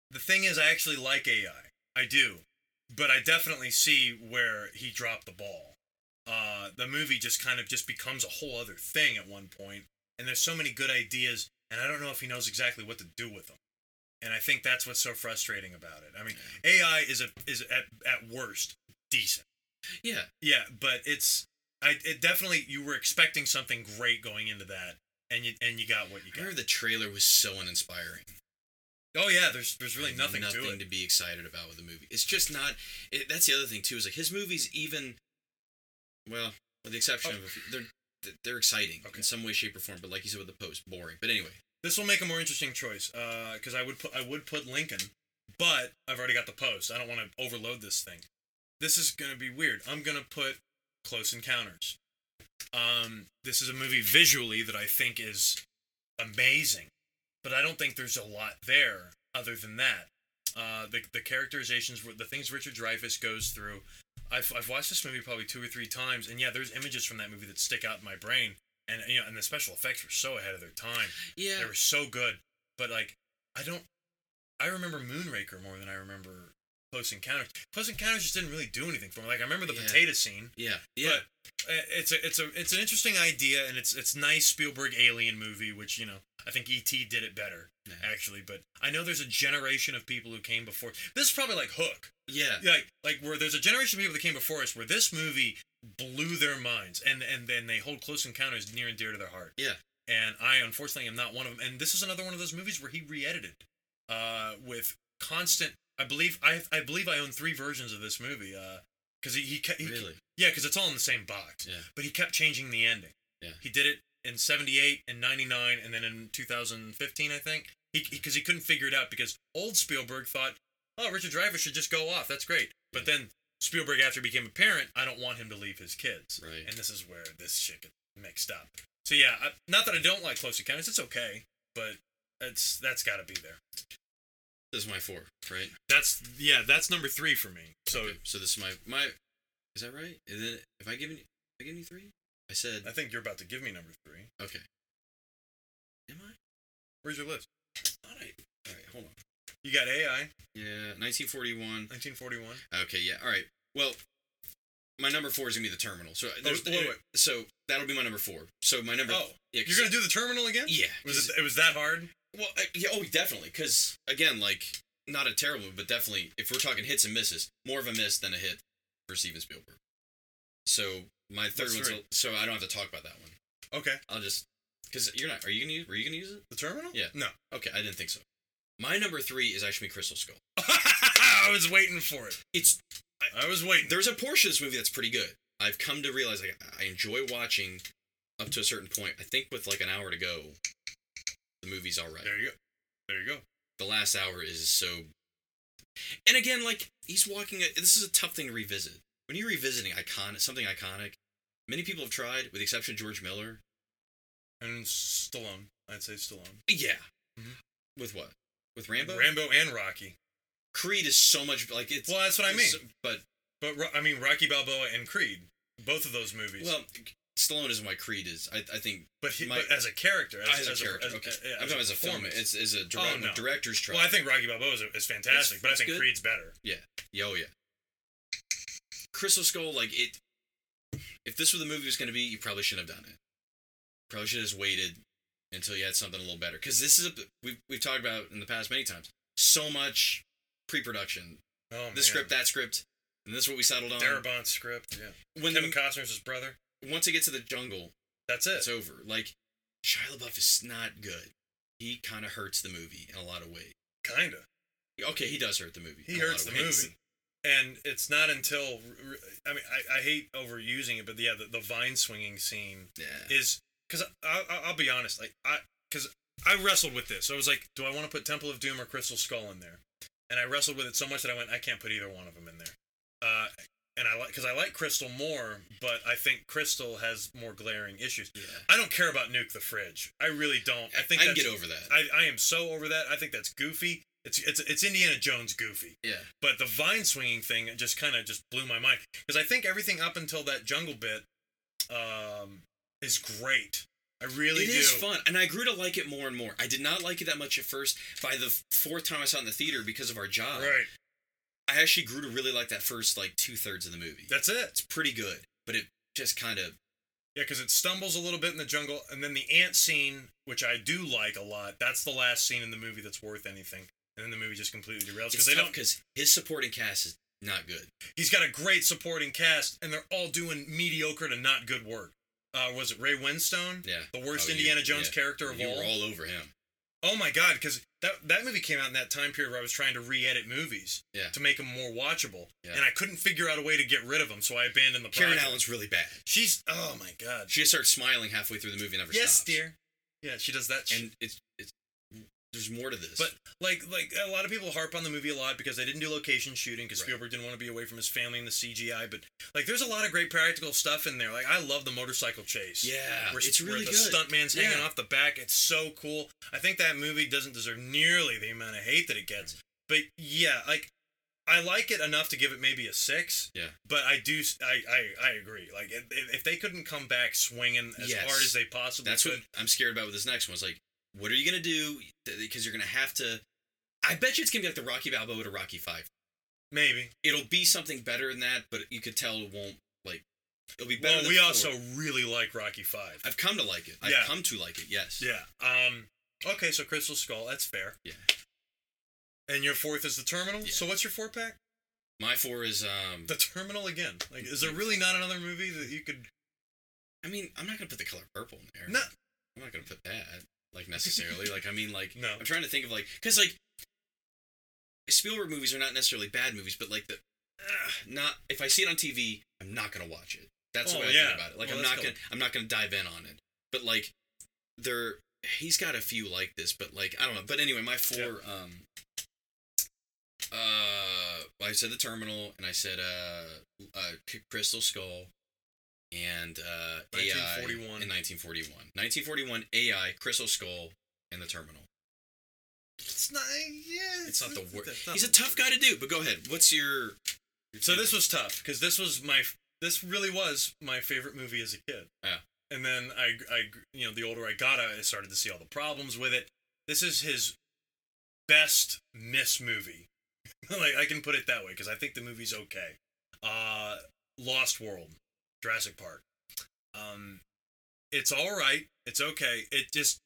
The thing is, I actually like AI. I do, but I definitely see where he dropped the ball. Uh, the movie just kind of just becomes a whole other thing at one point, and there's so many good ideas, and I don't know if he knows exactly what to do with them. And I think that's what's so frustrating about it. I mean, AI is a is at at worst decent.
yeah,
Yeah, but it's I it definitely you were expecting something great going into that, and you and you got what you
I
got.
remember the trailer was so uninspiring.
Oh yeah, there's there's really
Like,
nothing, to it.
to, be excited about with the movie. It's just not. It, that's the other thing too. Is like his movies, even well, with the exception of a few, they're they're exciting
Okay.
in some way, shape, or form. But like you said with the post, boring. But anyway,
This will make a more interesting choice because I would put I would put Lincoln, but I've already got the post. I don't want to overload this thing. This is gonna be weird. I'm gonna put Close Encounters. Um, this is a movie visually that I think is amazing, but I don't think there's a lot there other than that. Uh, the the characterizations, were- the things Richard Dreyfuss goes through. I've, I've watched this movie probably two or three times, and yeah, there's images from that movie that stick out in my brain, and you know, and the special effects were so ahead of their time.
yeah,
They were so good, but like I don't. I remember Moonraker more than I remember Close Encounters. Close Encounters just didn't really do anything for me. Like I remember the
Yeah.
potato scene.
yeah, yeah.
But uh, it's a it's a it's an interesting idea, and it's it's nice Spielberg alien movie, which you know I think E. T. did it better
Yeah.
actually. But I know there's a generation of people who came before. This is probably like Hook,
yeah.
like like where there's a generation of people that came before us where this movie blew their minds, and and then they hold Close Encounters near and dear to their heart.
Yeah.
And I unfortunately am not one of them. And this is another one of those movies where he re-edited uh, with constant. I believe I I believe I own three versions of this movie. Uh, because he, he, ca- he
Really?
yeah, because it's all in the same box.
Yeah.
But he kept changing the ending.
Yeah.
He did it in 78 and 99 and then in 2015, I think. He Because he, couldn't figure it out because old Spielberg thought, oh, Richard Driver should just go off. That's great. But then Spielberg, after he became a parent, I don't want him to leave his kids.
Right.
And this is where this shit gets mixed up. So, yeah, I, not that I don't like Close Encounters. It's okay. But it's that's got to be there.
This is my four, right?
That's, yeah, that's number three for me. So
Okay, so this is my my. Is that right? Is it, if I given you, I given you three? I said
I think you're about to give me number three.
okay. Am I?
Where's your list?
All right. All right. Hold on.
You got AI,
Yeah, 1941.
1941.
Okay, yeah. All right. Well, my number four is gonna be the terminal. So there's
Oh, wait, wait.
so that'll be my number four. So my number.
Oh,
yeah, 'cause-
You're gonna do the terminal again?
yeah.
Was
'cause-
it? It was that hard?
Well, I- yeah, oh, definitely. Because again, like not a terrible, move, but definitely, if we're talking hits and misses, more of a miss than a hit for Steven Spielberg. So my third
What's
one's
three?
a- so I don't have to talk about that one.
Okay.
I'll just because you're not. Are you gonna use? Were you gonna use it?
The terminal?
Yeah.
No.
Okay, I didn't think so. My number three is actually Crystal Skull.
I was waiting for it.
It's
I was waiting.
there's a portion of this movie that's pretty good. I've come to realize like I enjoy watching up to a certain point. I think with like an hour to go, the movie's all right.
There you go. There you go.
The last hour is so. and again, like he's walking. A, this is a tough thing to revisit. When you're revisiting iconic something iconic, many people have tried, with the exception of George Miller.
And Stallone. I'd say Stallone.
Yeah.
Mhm.
With what? With Rambo.
Rambo and Rocky.
Creed is so much like it's.
Well, that's what I mean.
it's- But
But Ro- I mean Rocky Balboa and Creed, both of those movies.
well, Stallone isn't why Creed is. I I think
but, he,
my-
but as a character, as,
as, a character. okay.
yeah,
I'm talking as a Oh, film. It's
performance.
as a direct,
no.
director's try.
well, I think Rocky Balboa is, is fantastic,
It's-
but I
it's
think
good.
Creed's better.
Yeah, oh yeah. Crystal Skull, like it. If this were the movie it was going to be, you probably shouldn't have done it. Probably should have just waited until you had something a little better. Because this is a we've we've talked about in the past many times. So much pre-production,
Oh,
this script, um, that script, and this is what we settled on.
Darabont script. Yeah.
when
Kevin
the,
Costner's his brother.
once it gets to the jungle,
That's it.
it's over. Like Shia LaBeouf is not good. He kind of hurts the movie in a lot of ways.
Kinda.
Okay, he does hurt the movie.
He
in a lot
hurts the
of ways.
movie. And it's not until r- r- I mean I, I hate overusing it, but yeah, the, the vine swinging scene
Yeah.
is because I, I, I'll be honest, like I because I wrestled with this. I was like, do I want to put Temple of Doom or Crystal Skull in there? And I wrestled with it so much that I went, I can't put either one of them in there. Uh, and I like because I like Crystal more, but I think Crystal has more glaring issues.
yeah.
I don't care about Nuke the Fridge. I really don't. I think
I can
that's,
get over that.
I, I am so over that. I think that's goofy. It's it's it's Indiana Jones goofy.
yeah.
But the vine swinging thing just kind of just blew my mind because I think everything up until that jungle bit um, is great. I really
It
do.
is fun, and I grew to like it more and more. I did not like it that much at first. By the f- fourth time I saw it in the theater because of our job,
Right.
I actually grew to really like that first like two thirds of the movie.
That's it.
it's pretty good, but it just kind of
Yeah, because it stumbles a little bit in the jungle, and then the ant scene, which I do like a lot. That's the last scene in the movie that's worth anything, and then the movie just completely derails because
it's
they
tough
don't.
because his supporting cast is not good.
He's got a great supporting cast, and they're all doing mediocre to not good work. Uh, was it Ray Winstone?
Yeah.
The worst
Oh, you-
Indiana Jones
yeah.
character of
You
all.
were all over him.
Oh my god, because that that movie came out in that time period where I was trying to re-edit movies
Yeah.
to make them more watchable,
Yeah.
and I couldn't figure out a way to get rid of them, so I abandoned the
Karen
project.
Allen's really bad.
She's oh my god.
She just starts smiling halfway through the movie and never
yes,
stops.
dear. Yeah, she does that. shit.
And it's it's there's more to this.
but like like a lot of people harp on the movie a lot because they didn't do location shooting because
Right.
Spielberg didn't want to be away from his family and the CGI. But like, there's a lot of great practical stuff in there. Like, I love the motorcycle chase.
yeah,
where,
it's
Uh, where
really
the
good.
stuntman's hanging
Yeah.
off the back. It's so cool. I think that movie doesn't deserve nearly the amount of hate that it gets.
Mm.
But yeah, like I like it enough to give it maybe a six.
Yeah.
But I do, s- I I, I agree. Like if, if they couldn't come back swinging as
Yes.
hard as they possibly
That's
could,
what I'm scared about with this next one. It's like, what are you gonna do? Because you're gonna have to. I bet you it's gonna be like the Rocky Balboa to Rocky Five.
maybe.
It'll be something better than that, but you could tell it won't like. It'll be better.
Well,
than
we
four.
also really like Rocky Five.
I've come to like it. I've
Yeah.
come to like it. Yes.
Yeah. Um. Okay, so Crystal Skull, that's fair.
Yeah.
And your fourth is the Terminal.
Yeah.
So what's your four pack?
My four is um.
The Terminal again. Like, is
Mm.
there really not another movie that you could?
I mean, I'm not gonna put the color purple in there.
No,
I'm not gonna put that like necessarily. like I mean, like
No.
I'm trying to think of like because like Spielberg movies are not necessarily bad movies, but like the ugh, not if I see it on TV, I'm not gonna watch it. That's the
Oh,
way I
yeah.
think about it. Like
Well,
I'm
that's
not gonna
cool.
I'm not gonna dive in on it. But like there he's got a few like this, but like I don't know. But anyway, my four um uh well, I said the terminal and I said uh uh C- Crystal Skull and uh AI
1941.
in 1941. 1941 AI Crystal Skull and the terminal.
it's not. Yeah,
It's not the worst.
that's not
He's a
the
tough guy to do, but go ahead. What's your, your
So this
favorite?
was tough because this was my this really was my favorite movie as a kid.
Yeah.
And then I I you know the older I got I started to see all the problems with it. This is his best miss movie. like I can put it that way because I think the movie's okay. Uh, Lost World, Jurassic Park. Um, it's all right. It's okay. It just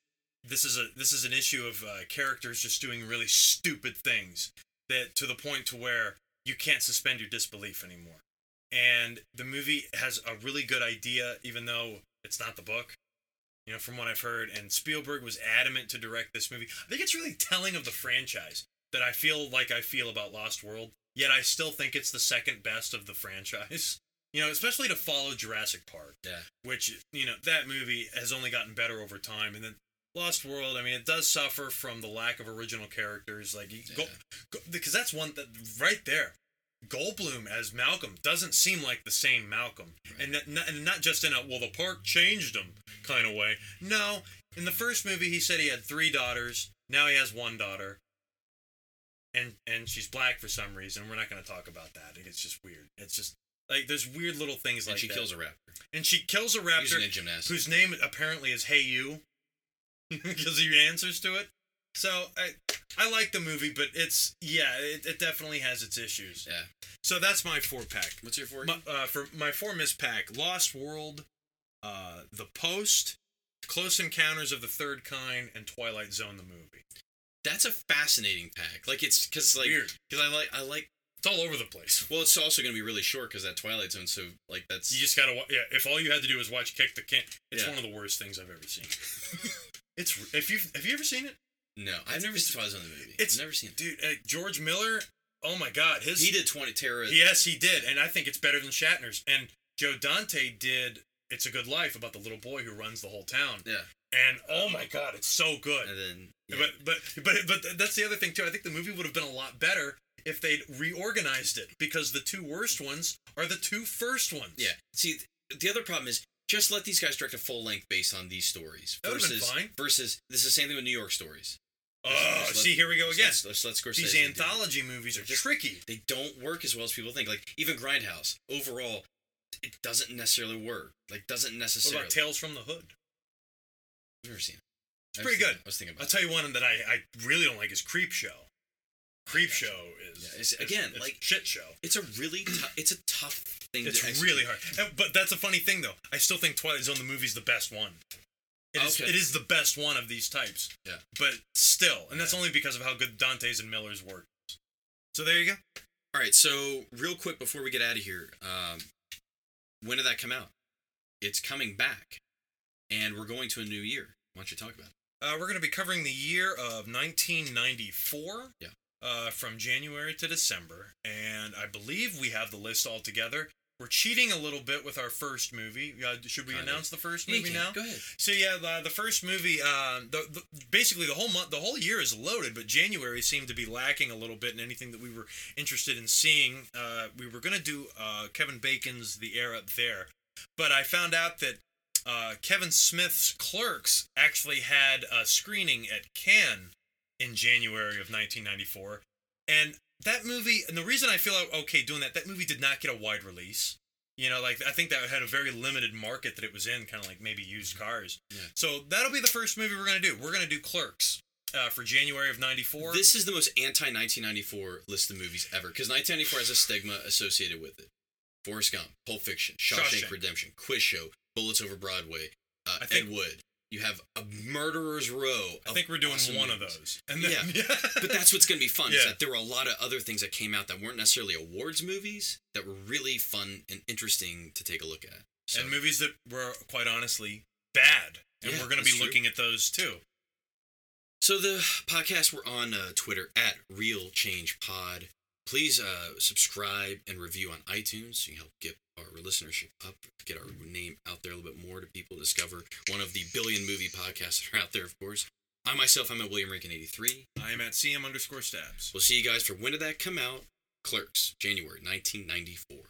this is a this is an issue of uh, characters just doing really stupid things that to the point to where you can't suspend your disbelief anymore. And the movie has a really good idea, even though it's not the book. You know, from what I've heard, and Spielberg was adamant to direct this movie. I think it's really telling of the franchise that I feel like I feel about Lost World. Yet I still think it's the second best of the franchise. You know, especially to follow Jurassic Park
yeah.
which you know that movie has only gotten better over time and then Lost World, I mean, it does suffer from the lack of original characters. Like, you go,
Yeah.
go, because that's one that right there. Goldblum as Malcolm doesn't seem like the same Malcolm, and, that, not, and not just in a well, the park changed him kind of way. No, in the first movie, he said he had three daughters. Now he has one daughter, and and she's black for some reason. We're not going to talk about that. It's just weird. It's just like there's weird little things
and
like
she
that.
kills a raptor.
and she kills a
He's
raptor
in gymnastics.
whose name apparently is Hey You, because he answers to it. So I, I like the movie, but it's yeah, it, it definitely has its issues.
Yeah.
So that's my four pack.
What's your four?
My, uh, for my four miss pack: Lost World, uh, The Post, Close Encounters of the Third Kind, and Twilight Zone the movie.
That's a fascinating pack. Like it's because like
Weird.
because I like I like.
It's all over the place.
Well, it's also going to be really short because that Twilight Zone. So like that's
You just gotta. wa- Yeah, if all you had to do was watch Kick the Can, it's
Yeah.
one of the worst things I've ever seen. it's if you have you ever seen it,
no. I've never seen Twilight Zone the movie.
it's-
I've never seen it.
dude. Uh, George Miller. Oh my God, his
He did twenty Terra.
Yes, he did, and I think it's better than Shatner's. And Joe Dante did "It's a Good Life" about the little boy who runs the whole town.
Yeah.
And oh my God, it's so good.
And then yeah.
But but but but that's the other thing too. I think the movie would have been a lot better if they'd reorganized it because the two worst ones are the two first ones.
Yeah. See, th- the other problem is just let these guys direct a full length based on these stories.
That would've been
versus,
fine.
Versus this is the same thing with New York stories.
Oh,
Just let-
see, here we go
just
again.
Let's, let's let Scorsese
These
do it.
anthology movies are
They're just-
tricky.
They don't work as well as people think. Like even Grindhouse, overall, it doesn't necessarily work. Like doesn't
What
necessarily.
about Tales from the Hood?
I've never seen it. It's
pretty good.
I was thinking
I'll
about. it.
tell you one that I, I really don't like is Creep Show. Creep
gotcha.
Show is
Yeah, it's- again,
it's
like-
shit show.
It's a really tou- it's a tough thing.
It's
to execute.
really hard. Uh, But that's a funny thing, though. I still think Twilight Zone the movie's the best one. It is,
Okay.
it is the best one of these types.
Yeah.
But still, and that's
Yeah.
only because of how good Dante's and Miller's work. is. So there you go.
All right, so real quick before we get out of here, um, when did that come out? It's coming back, and we're going to a new year. Why don't you talk about it?
Uh, we're going to be covering the year of 1994.
Yeah.
Uh, from January to December, and I believe we have the list all together. We're cheating a little bit with our first movie. Uh, should we
Kinda.
announce the first
Yeah, you
movie
can.
now?
Go ahead.
So yeah, the, the first movie, uh, the, the basically the whole month, the whole year is loaded, but January seemed to be lacking a little bit in anything that we were interested in seeing. Uh, we were gonna do uh, Kevin Bacon's The Air Up There, but I found out that uh, Kevin Smith's Clerks actually had a screening at Cannes in January of 1994, and that movie, and the reason I feel okay doing that, that movie did not get a wide release. You know, like I think that had a very limited market that it was in, kind of like maybe used cars.
Yeah.
So that'll be the first movie we're gonna do. We're gonna do Clerks uh, for January of '94.
This is the most anti 1994 list of movies ever because 1994 has a stigma associated with it. Forrest Gump, Pulp Fiction, Shawshank,
Shawshank.
Redemption, Quiz Show, Bullets Over Broadway, uh,
I think-
Ed Wood. You have a murderer's row.
I
of
think we're doing
awesome
one of
movies.
those. And then, yeah.
But that's what's going to be fun. Is
Yeah.
that there were a lot of other things that came out that weren't necessarily awards movies that were really fun and interesting to take a look at. So,
and movies that were quite honestly bad, and
Yeah,
we're gonna
that's
be
true.
looking at those too.
so the podcast we're on uh, Twitter at Real Change Pod. Please uh, subscribe and review on iTunes. So you can help get our listenership up, get our name out there a little bit more to people discover one of the billion movie podcasts that are out there. Of course, I myself I'm at William Rankin eighty three.
I am at CM underscore stabs.
We'll see you guys for when did that come out? Clerks, January nineteen ninety four.